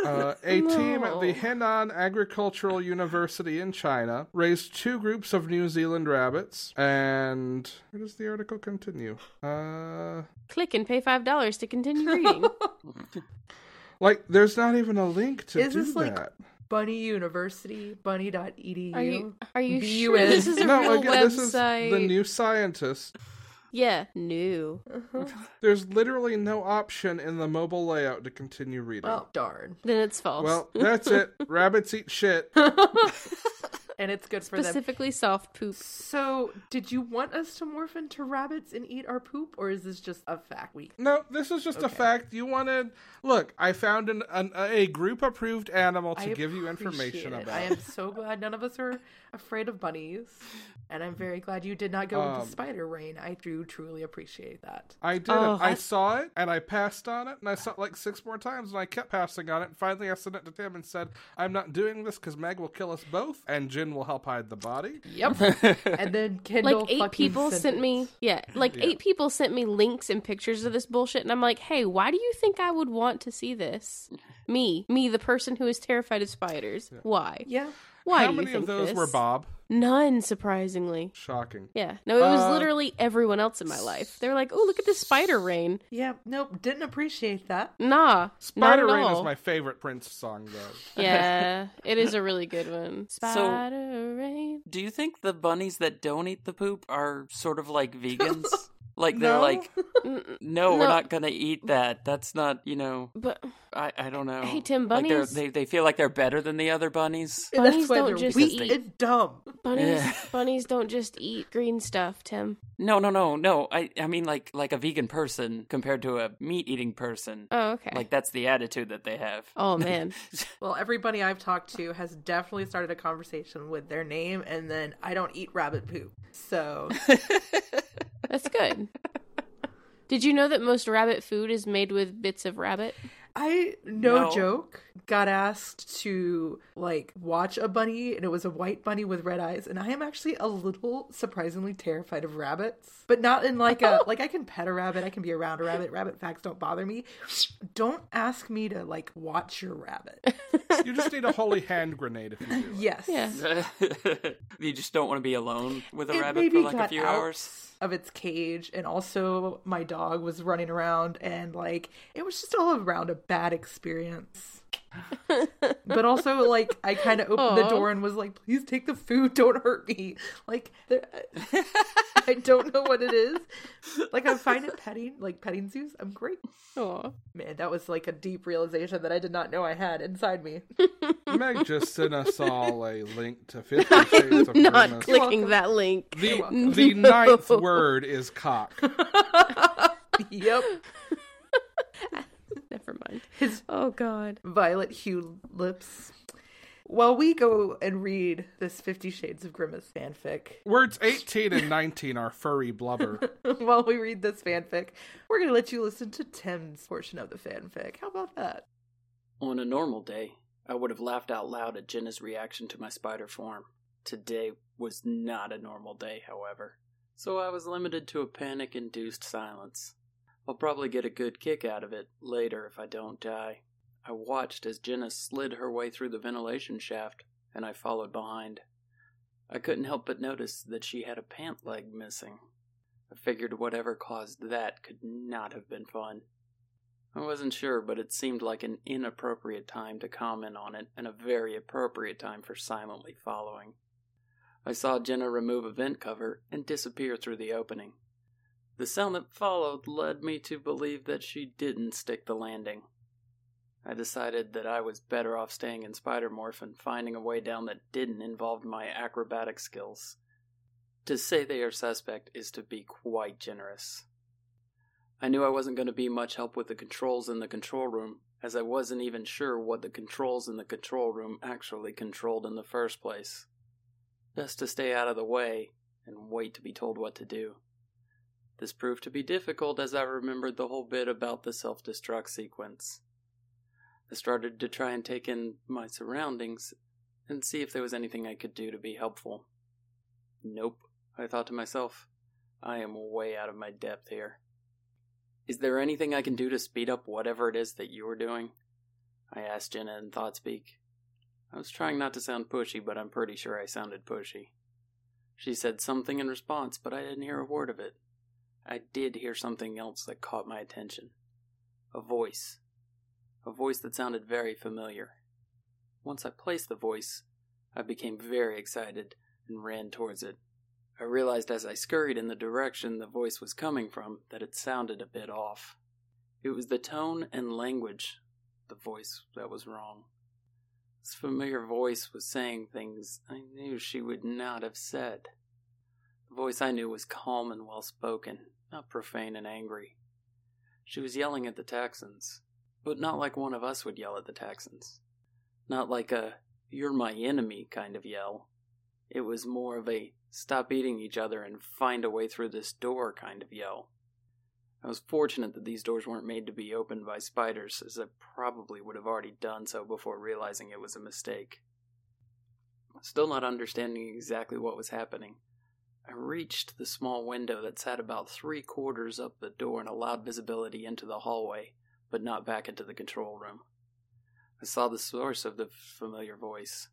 [SPEAKER 2] Uh, a team at
[SPEAKER 1] No.
[SPEAKER 2] the Henan Agricultural University in China raised two groups of New Zealand rabbits, and where does the article continue? Uh,
[SPEAKER 1] Click and pay five dollars to
[SPEAKER 2] [LAUGHS]
[SPEAKER 1] continue reading.
[SPEAKER 2] like, there's not even a link to
[SPEAKER 4] Is
[SPEAKER 2] do
[SPEAKER 4] this, like,
[SPEAKER 2] that.
[SPEAKER 4] Bunny University, bunny.edu.
[SPEAKER 1] Are you are you sure
[SPEAKER 4] B-U-N.
[SPEAKER 1] this is a real website?
[SPEAKER 2] this is the new scientist.
[SPEAKER 1] yeah, new.
[SPEAKER 2] There's literally no option in the mobile layout to continue reading.
[SPEAKER 4] Oh, darn.
[SPEAKER 1] Then it's false.
[SPEAKER 2] Well,
[SPEAKER 1] [LAUGHS]
[SPEAKER 2] that's it. Rabbits eat shit.
[SPEAKER 4] And it's good for them.
[SPEAKER 1] Specifically, soft poop.
[SPEAKER 4] So, did you want us to morph into rabbits and eat our poop, or is this just a fact week?
[SPEAKER 2] No, this is just a fact. You wanted. Look, I found an, an a group approved animal to
[SPEAKER 4] I
[SPEAKER 2] give you
[SPEAKER 4] appreciate
[SPEAKER 2] information
[SPEAKER 4] it.
[SPEAKER 2] about.
[SPEAKER 4] I am so glad none of us are afraid of bunnies, and I'm very glad you did not go
[SPEAKER 2] Um,
[SPEAKER 4] into spider rain. I do truly appreciate that.
[SPEAKER 2] I did
[SPEAKER 1] Oh,
[SPEAKER 2] it. I
[SPEAKER 1] I-
[SPEAKER 2] saw it and I passed on it and I saw it like six more times and I kept passing on it. And finally, I sent it to Tim and said, I'm not doing this because Meg will kill us both and Jin will help hide the body. [LAUGHS]
[SPEAKER 4] Yep. and then Kendall,
[SPEAKER 1] Like eight
[SPEAKER 4] fucking
[SPEAKER 1] people sent me, yeah,
[SPEAKER 2] [LAUGHS]
[SPEAKER 1] like eight people sent me links and pictures of this bullshit, and I'm like, hey, why do you think I would want to see this? Me, me, the person who is terrified of spiders. Why?
[SPEAKER 4] Yeah.
[SPEAKER 1] Why
[SPEAKER 2] How
[SPEAKER 1] do you
[SPEAKER 2] many
[SPEAKER 1] think
[SPEAKER 2] of those
[SPEAKER 1] this?
[SPEAKER 2] were Bob?
[SPEAKER 1] None, surprisingly.
[SPEAKER 2] Shocking.
[SPEAKER 1] Yeah. No, it was
[SPEAKER 2] Uh,
[SPEAKER 1] literally everyone else in my life. They were like, "Oh, look at this spider rain."
[SPEAKER 4] Yeah. Nope. Didn't appreciate that.
[SPEAKER 1] Nah,
[SPEAKER 2] Spider
[SPEAKER 1] not at
[SPEAKER 2] Rain
[SPEAKER 1] all.
[SPEAKER 2] is my favorite Prince song, though.
[SPEAKER 1] [LAUGHS] yeah, it is a really good
[SPEAKER 2] [LAUGHS]
[SPEAKER 1] one. Spider rain.
[SPEAKER 3] [LAUGHS] Do you think the bunnies that don't eat the poop are sort of like [LAUGHS] vegans? like they're
[SPEAKER 2] No.
[SPEAKER 3] [LAUGHS] like,
[SPEAKER 1] Mm,
[SPEAKER 3] no, we're
[SPEAKER 1] No.
[SPEAKER 3] not gonna eat that. That's not, you know,
[SPEAKER 1] But
[SPEAKER 3] I, I don't know.
[SPEAKER 1] Hey, Tim,
[SPEAKER 3] Like, they're-
[SPEAKER 1] bunnies-
[SPEAKER 3] they they feel like they're better than the other bunnies.
[SPEAKER 1] Bunnies
[SPEAKER 4] why
[SPEAKER 1] don't
[SPEAKER 4] they're
[SPEAKER 1] just
[SPEAKER 4] weak
[SPEAKER 1] eat.
[SPEAKER 4] and dumb.
[SPEAKER 1] bunnies,
[SPEAKER 3] Yeah.
[SPEAKER 1] bunnies don't just eat green stuff, Tim.
[SPEAKER 3] No, no, no, no. I I mean like like a vegan person compared to a meat eating person.
[SPEAKER 1] Oh, okay.
[SPEAKER 3] Like that's the attitude that they have.
[SPEAKER 1] oh man,
[SPEAKER 4] Well, everybody I've talked to has definitely started a conversation with their name, and then I don't eat rabbit poop. So
[SPEAKER 1] that's [LAUGHS] good. Did you know that most rabbit food is made with bits of rabbit?
[SPEAKER 4] I no,
[SPEAKER 3] No.
[SPEAKER 4] joke got asked to like watch a bunny and it was a white bunny with red eyes and I am actually a little surprisingly terrified of rabbits but not in like a like I can pet a rabbit I can be around a rabbit rabbit facts don't bother me don't ask me to like watch your rabbit
[SPEAKER 2] You just need a holy hand grenade if you do. it.
[SPEAKER 4] yes
[SPEAKER 1] Yeah.
[SPEAKER 3] [LAUGHS] you just don't want to be alone with a
[SPEAKER 4] It
[SPEAKER 3] rabbit
[SPEAKER 4] maybe
[SPEAKER 3] for like a
[SPEAKER 4] got
[SPEAKER 3] few
[SPEAKER 4] out
[SPEAKER 3] hours.
[SPEAKER 4] of its cage and also my dog was running around and like it was just all around a bad
[SPEAKER 3] [LAUGHS]
[SPEAKER 4] experience but also like i kind of opened the
[SPEAKER 1] Aw.
[SPEAKER 4] door and was like please take the food don't hurt me like there, i don't know what it is like i'm fine at petting like petting zoos i'm great
[SPEAKER 1] Oh,
[SPEAKER 4] man that was like a deep realization that i did not know i had inside
[SPEAKER 3] [LAUGHS]
[SPEAKER 4] me
[SPEAKER 2] Meg just sent us all a link to Fifty Shades of
[SPEAKER 1] not
[SPEAKER 2] Grimace.
[SPEAKER 1] clicking that link.
[SPEAKER 2] The, the ninth word is cock.
[SPEAKER 4] yep
[SPEAKER 1] Never mind.
[SPEAKER 4] His-
[SPEAKER 1] oh god.
[SPEAKER 4] violet hued lips. While we go and read this Fifty Shades of Grimace fanfic, [LAUGHS]
[SPEAKER 2] Words 18 and 19 are furry blubber.
[SPEAKER 4] while we read this fanfic, we're going to let you listen to Tim's portion of the fanfic. How about that?
[SPEAKER 3] On a normal day, I would have laughed out loud at Jenna's reaction to my spider form. Today was not a normal day, however, so I was limited to a panic induced silence. I'll probably get a good kick out of it later if I don't die. I watched as Jenna slid her way through the ventilation shaft, and I followed behind. I couldn't help but notice that she had a pant leg missing. I figured whatever caused that could not have been fun. I wasn't sure, but it seemed like an inappropriate time to comment on it and a very appropriate time for silently following. I saw Jenna remove a vent cover and disappear through the opening. The sound that followed led me to believe that she didn't stick the landing. I decided that I was better off staying in Spidermorph and finding a way down that didn't involve my acrobatic skills. To say they are suspect is to be quite generous. I knew I wasn't going to be much help with the controls in the control room, as I wasn't even sure what the controls in the control room actually controlled in the first place. Best to stay out of the way and wait to be told what to do. This proved to be difficult as I remembered the whole bit about the self destruct sequence. I started to try and take in my surroundings and see if there was anything I could do to be helpful. Nope, I thought to myself. I am way out of my depth here. Is there anything I can do to speed up whatever it is that you are doing? I asked Jenna in Thoughtspeak. I was trying not to sound pushy, but I'm pretty sure I sounded pushy. She said something in response, but I didn't hear a word of it. I did hear something else that caught my attention a voice. A voice that sounded very familiar. Once I placed the voice, I became very excited and ran towards it. I realized as I scurried in the direction the voice was coming from that it sounded a bit off. It was the tone and language, the voice that was wrong. This familiar voice was saying things I knew she would not have said. The voice I knew was calm and well spoken, not profane and angry. She was yelling at the Texans, but not like one of us would yell at the Texans. Not like a, you're my enemy kind of yell. It was more of a, stop eating each other and find a way through this door kind of yell. I was fortunate that these doors weren't made to be opened by spiders, as I probably would have already done so before realizing it was a mistake. Still not understanding exactly what was happening, I reached the small window that sat about three quarters up the door and allowed visibility into the hallway, but not back into the control room. I saw the source of the familiar voice.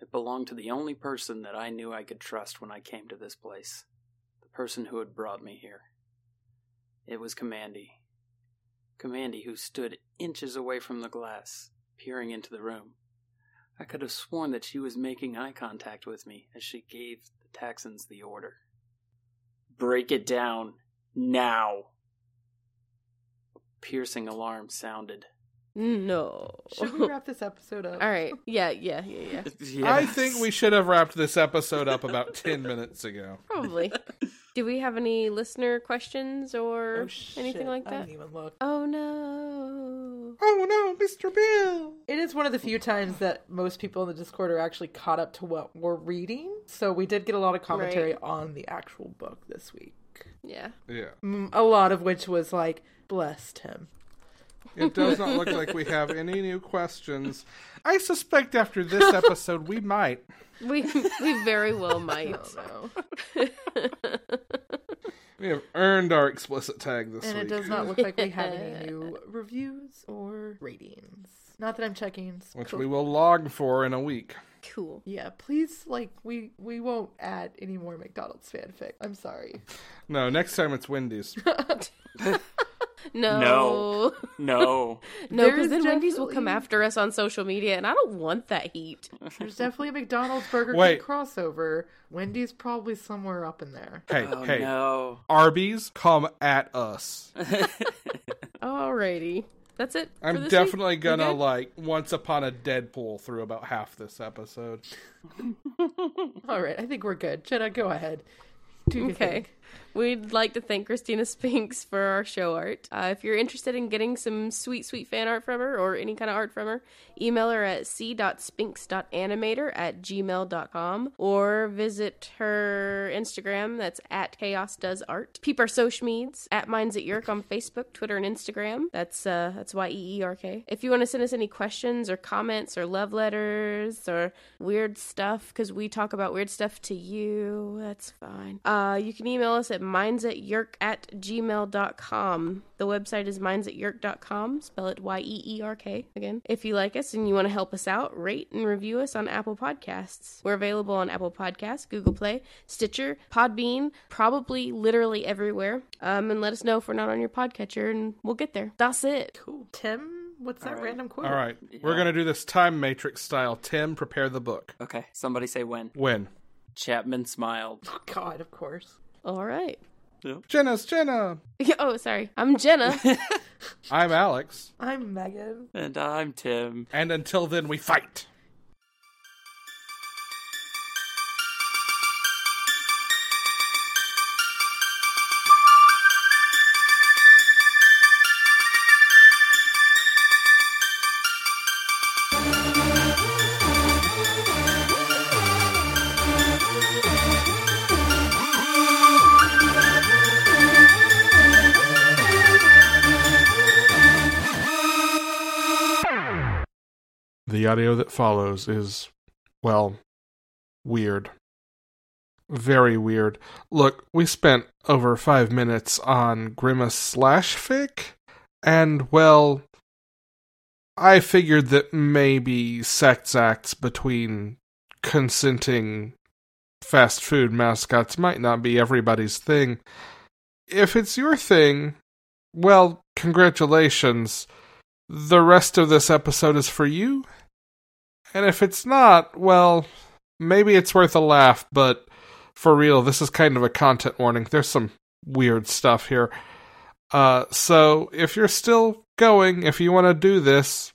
[SPEAKER 3] It belonged to the only person that I knew I could trust when I came to this place the person who had brought me here. It was Commandy. Commandy, who stood inches away from the glass, peering into the room. I could have sworn that she was making eye contact with me as she gave the Texans the order. Break it down now! A piercing alarm sounded.
[SPEAKER 1] No. [LAUGHS]
[SPEAKER 4] Should we wrap this episode up?
[SPEAKER 1] All right. Yeah, yeah, yeah, yeah.
[SPEAKER 2] I think we should have wrapped this episode up about 10 minutes ago.
[SPEAKER 4] [LAUGHS]
[SPEAKER 1] Probably. Do we have any listener questions or
[SPEAKER 4] Oh, shit.
[SPEAKER 1] anything like
[SPEAKER 4] I
[SPEAKER 1] that?
[SPEAKER 4] didn't even look.
[SPEAKER 1] Oh no.
[SPEAKER 2] Oh no, Mr. Bill!
[SPEAKER 4] It is one of the few times that most people in the Discord are actually caught up to what we're reading. So we did get a lot of commentary on the actual book this week.
[SPEAKER 1] Yeah.
[SPEAKER 2] Yeah.
[SPEAKER 4] Mm, A lot of which was like, blessed him.
[SPEAKER 2] It does not look like we have any new questions. I suspect after this episode we might.
[SPEAKER 1] We we very [LAUGHS] well might.
[SPEAKER 2] We have earned our explicit tag this
[SPEAKER 4] And it
[SPEAKER 2] week.
[SPEAKER 4] does not look like we have
[SPEAKER 2] [LAUGHS]
[SPEAKER 4] any new reviews or ratings. Not that I'm checking. it's
[SPEAKER 2] Which
[SPEAKER 4] cool.
[SPEAKER 2] we will log for in a week.
[SPEAKER 1] Cool.
[SPEAKER 4] Yeah, please, like, we we won't add any more McDonald's fanfic. I'm sorry.
[SPEAKER 2] No, next time it's Wendy's.
[SPEAKER 1] No.
[SPEAKER 3] No. No.
[SPEAKER 1] [LAUGHS] No,
[SPEAKER 4] There's
[SPEAKER 1] because then Wendy's will come
[SPEAKER 4] definitely-
[SPEAKER 1] after
[SPEAKER 4] after
[SPEAKER 1] us on social media, and I don't want that heat.
[SPEAKER 4] There's definitely a McDonald's Burger
[SPEAKER 2] Wait.
[SPEAKER 4] King crossover. Wendy's probably somewhere up in there.
[SPEAKER 2] Hey,
[SPEAKER 3] Oh,
[SPEAKER 2] hey.
[SPEAKER 3] no.
[SPEAKER 2] Arby's, come at us.
[SPEAKER 1] Alrighty. That's it. for
[SPEAKER 2] I'm
[SPEAKER 1] this
[SPEAKER 2] definitely
[SPEAKER 1] week? We
[SPEAKER 2] gonna
[SPEAKER 1] good?
[SPEAKER 2] like once upon a Deadpool through about half this episode.
[SPEAKER 4] All right, I think we're good. Jenna, go ahead. Do your
[SPEAKER 1] Okay.
[SPEAKER 4] thing.
[SPEAKER 1] We'd like to thank Christina Spinks for our show art. Uh, if you're interested in getting some sweet, sweet fan art from her or any kind of art from her, email her at c.spinks.animator at gmail.com or visit her Instagram. That's at chaos does art. Peep our social meds at minds at yerk on Facebook, Twitter, and Instagram. That's uh, that's Y E E R K. If you want to send us any questions or comments or love letters or weird stuff, because we talk about weird stuff to you, that's fine. Uh, you can email us at mindsatyerk at gmail.com. The website is mindsatyerk.com. Spell it Y E E R K again. If you like us and you want to help us out, rate and review us on Apple Podcasts. We're available on Apple Podcasts, Google Play, Stitcher, Podbean, probably literally everywhere. Um, and let us know if we're not on your podcatcher and we'll get there. That's it.
[SPEAKER 4] Cool. Tim, what's that
[SPEAKER 3] All right.
[SPEAKER 4] random quote?
[SPEAKER 2] All right, we're
[SPEAKER 3] Yeah.
[SPEAKER 2] gonna do this time matrix style. Tim, prepare the book.
[SPEAKER 3] Okay, somebody say when.
[SPEAKER 2] When?
[SPEAKER 3] Chapman smiled.
[SPEAKER 4] Oh, God, of course.
[SPEAKER 1] All right. [LAUGHS]
[SPEAKER 2] Jenna's Jenna.
[SPEAKER 1] Oh, sorry. I'm Jenna. [LAUGHS]
[SPEAKER 2] I'm Alex,
[SPEAKER 4] I'm Megan.
[SPEAKER 3] And I'm Tim.
[SPEAKER 2] and until then, we fight. The audio that follows is, well, weird. Very weird. Look, we spent over five minutes on Grimace slash fic, and, well, I figured that maybe sex acts between consenting fast food mascots might not be everybody's thing. If it's your thing, well, congratulations the rest of this episode is for you. And if it's not, well, maybe it's worth a laugh, but for real, this is kind of a content warning. There's some weird stuff here. Uh, so if you're still going, if you want to do this,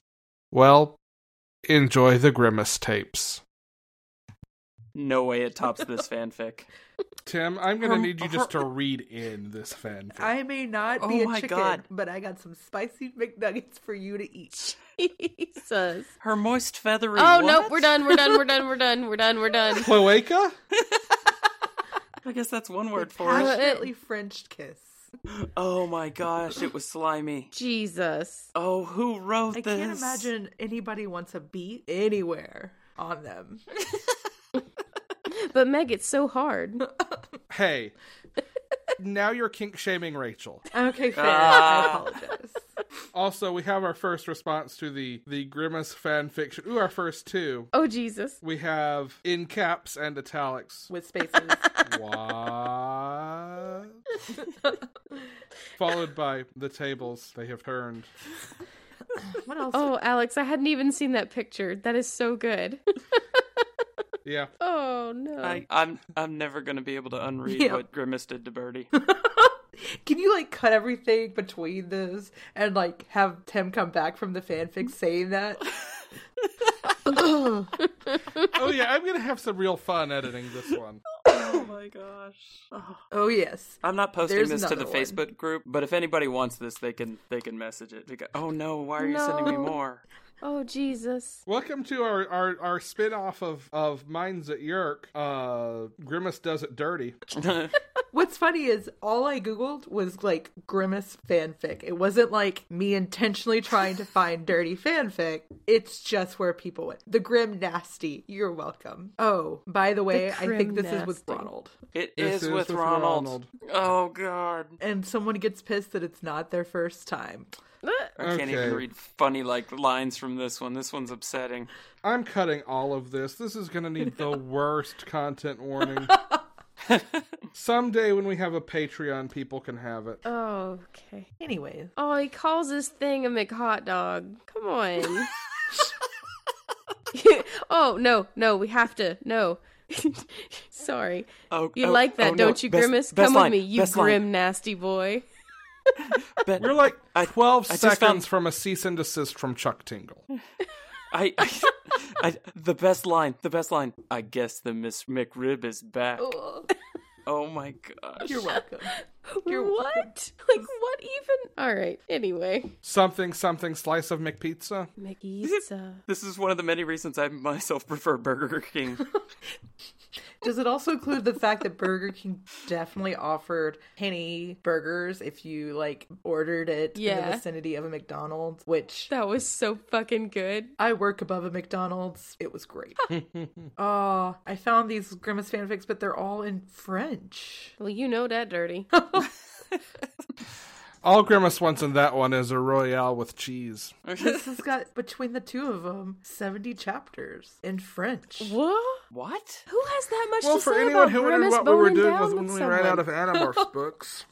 [SPEAKER 2] well, enjoy the Grimace tapes.
[SPEAKER 3] No way it
[SPEAKER 4] [LAUGHS]
[SPEAKER 3] tops this fanfic.
[SPEAKER 2] Tim, I'm going to
[SPEAKER 4] Um,
[SPEAKER 2] need you just to
[SPEAKER 4] her-
[SPEAKER 2] read in this fanfic.
[SPEAKER 4] I may not be
[SPEAKER 3] Oh
[SPEAKER 4] a
[SPEAKER 3] my
[SPEAKER 4] chicken,
[SPEAKER 3] God.
[SPEAKER 4] but I got some spicy McNuggets for you to eat.
[SPEAKER 1] Jesus.
[SPEAKER 3] Her moist feathery.
[SPEAKER 1] Oh,
[SPEAKER 3] what?
[SPEAKER 1] nope. We're done. We're done. We're done. We're done. We're done. We're done.
[SPEAKER 4] [LAUGHS]
[SPEAKER 2] Cloaca?
[SPEAKER 3] I guess that's one word for it.
[SPEAKER 4] Passionately French kiss.
[SPEAKER 3] Oh my gosh, it was slimy.
[SPEAKER 1] [LAUGHS] Jesus.
[SPEAKER 3] Oh, who wrote
[SPEAKER 4] I
[SPEAKER 3] this?
[SPEAKER 4] can't imagine anybody wants a beat anywhere on them.
[SPEAKER 1] But Meg, it's so hard.
[SPEAKER 4] [LAUGHS]
[SPEAKER 2] Hey, now you're kink shaming Rachel.
[SPEAKER 4] Okay, fair. I
[SPEAKER 3] Ah.
[SPEAKER 4] apologize.
[SPEAKER 2] Also, we have our first response to the the grimace fan fiction. Ooh, our first two.
[SPEAKER 1] Oh, Jesus.
[SPEAKER 2] We have in caps and italics.
[SPEAKER 4] With spaces.
[SPEAKER 2] What? Followed by the tables they have turned.
[SPEAKER 4] What else?
[SPEAKER 1] Oh, Alex, I hadn't even seen that picture. That is so good.
[SPEAKER 2] Yeah,
[SPEAKER 1] Oh, no.
[SPEAKER 3] I, I'm I'm never gonna be able to unread
[SPEAKER 4] Yeah.
[SPEAKER 3] what Grimace did
[SPEAKER 4] [LAUGHS]
[SPEAKER 3] to Birdie.
[SPEAKER 4] Can you like cut everything between those and like have Tim come back from the fanfic saying that?
[SPEAKER 2] Oh yeah, I'm gonna have some real fun editing this one.
[SPEAKER 3] oh my gosh.
[SPEAKER 4] oh yes.
[SPEAKER 3] I'm not posting
[SPEAKER 4] There's
[SPEAKER 3] this to the
[SPEAKER 4] another one.
[SPEAKER 3] Facebook group, but if anybody wants this, they can they can message it. They go, oh no, why are you sending me
[SPEAKER 1] No.
[SPEAKER 3] more?
[SPEAKER 1] oh, Jesus. [GASPS]
[SPEAKER 2] Welcome to our our, our spin off of of Minds at Yerk. Uh, Grimace does it dirty.
[SPEAKER 4] What's funny is all I googled was like grimace fanfic. It wasn't like me intentionally trying to find dirty fanfic. It's just where people went. The grim nasty. You're welcome. Oh, by the way, I think
[SPEAKER 1] Grim
[SPEAKER 4] this is with
[SPEAKER 1] Nasty.
[SPEAKER 4] Ronald.
[SPEAKER 3] It
[SPEAKER 2] This
[SPEAKER 3] is,
[SPEAKER 2] is
[SPEAKER 3] with,
[SPEAKER 2] with
[SPEAKER 3] Ronald.
[SPEAKER 2] Ronald.
[SPEAKER 3] Oh god,
[SPEAKER 4] And someone gets pissed that it's not their first time.
[SPEAKER 3] I can't
[SPEAKER 2] Okay.
[SPEAKER 3] even read funny like lines from this one. This
[SPEAKER 4] [LAUGHS]
[SPEAKER 3] one's upsetting.
[SPEAKER 2] I'm cutting all of this. This is going to need
[SPEAKER 3] [LAUGHS]
[SPEAKER 2] the worst content warning. Someday when we have a Patreon, people can have it.
[SPEAKER 1] Oh, okay.
[SPEAKER 4] Anyway,
[SPEAKER 1] Oh, he calls this thing a McHot dog. Come
[SPEAKER 3] [LAUGHS]
[SPEAKER 1] on. [LAUGHS] oh, no, no, we have to. No. [LAUGHS] Sorry.
[SPEAKER 3] Oh,
[SPEAKER 1] You
[SPEAKER 3] oh,
[SPEAKER 1] like
[SPEAKER 3] oh,
[SPEAKER 1] that,
[SPEAKER 3] no.
[SPEAKER 1] don't you,
[SPEAKER 3] Best-
[SPEAKER 1] Grimace?
[SPEAKER 3] best
[SPEAKER 1] Come
[SPEAKER 3] line,
[SPEAKER 1] with me, you
[SPEAKER 3] best line.
[SPEAKER 1] grim, nasty boy.
[SPEAKER 3] Bet-
[SPEAKER 2] We're like
[SPEAKER 3] I-
[SPEAKER 2] 12
[SPEAKER 3] I just
[SPEAKER 2] seconds
[SPEAKER 3] found-
[SPEAKER 2] from a cease and desist from Chuck Tingle.
[SPEAKER 3] I, I, I, the best line, the best line. I guess the Miss McRib is back.
[SPEAKER 4] Ugh.
[SPEAKER 3] Oh my gosh.
[SPEAKER 4] you're welcome. You're
[SPEAKER 1] what? [LAUGHS] Like, what even? All right. Anyway.
[SPEAKER 2] Something, something, slice of McPizza.
[SPEAKER 1] McPizza.
[SPEAKER 3] This is one of the many reasons I myself prefer Burger King.
[SPEAKER 4] Does it also include the fact that Burger King definitely offered penny burgers if you like ordered it in
[SPEAKER 1] Yeah.
[SPEAKER 4] the vicinity of a McDonald's, which
[SPEAKER 1] [LAUGHS] That was so fucking good.
[SPEAKER 4] I work above a McDonald's. It was great. oh, I found these Grimace fanfics, but they're all in French.
[SPEAKER 1] Well, you know that dirty.
[SPEAKER 2] All Grimace wants in that one is a Royale with cheese.
[SPEAKER 4] This has got between the two of them 70 chapters in French.
[SPEAKER 1] [LAUGHS] what?
[SPEAKER 3] [LAUGHS] what?
[SPEAKER 1] Who has that much
[SPEAKER 2] Well,
[SPEAKER 1] to
[SPEAKER 2] for
[SPEAKER 1] say
[SPEAKER 2] anyone
[SPEAKER 1] about
[SPEAKER 2] who wondered
[SPEAKER 1] Grimace
[SPEAKER 2] what we were
[SPEAKER 1] boning
[SPEAKER 2] doing
[SPEAKER 1] down
[SPEAKER 2] was
[SPEAKER 1] with
[SPEAKER 2] when we
[SPEAKER 1] someone? [LAUGHS]
[SPEAKER 2] ran out of Animorphs books.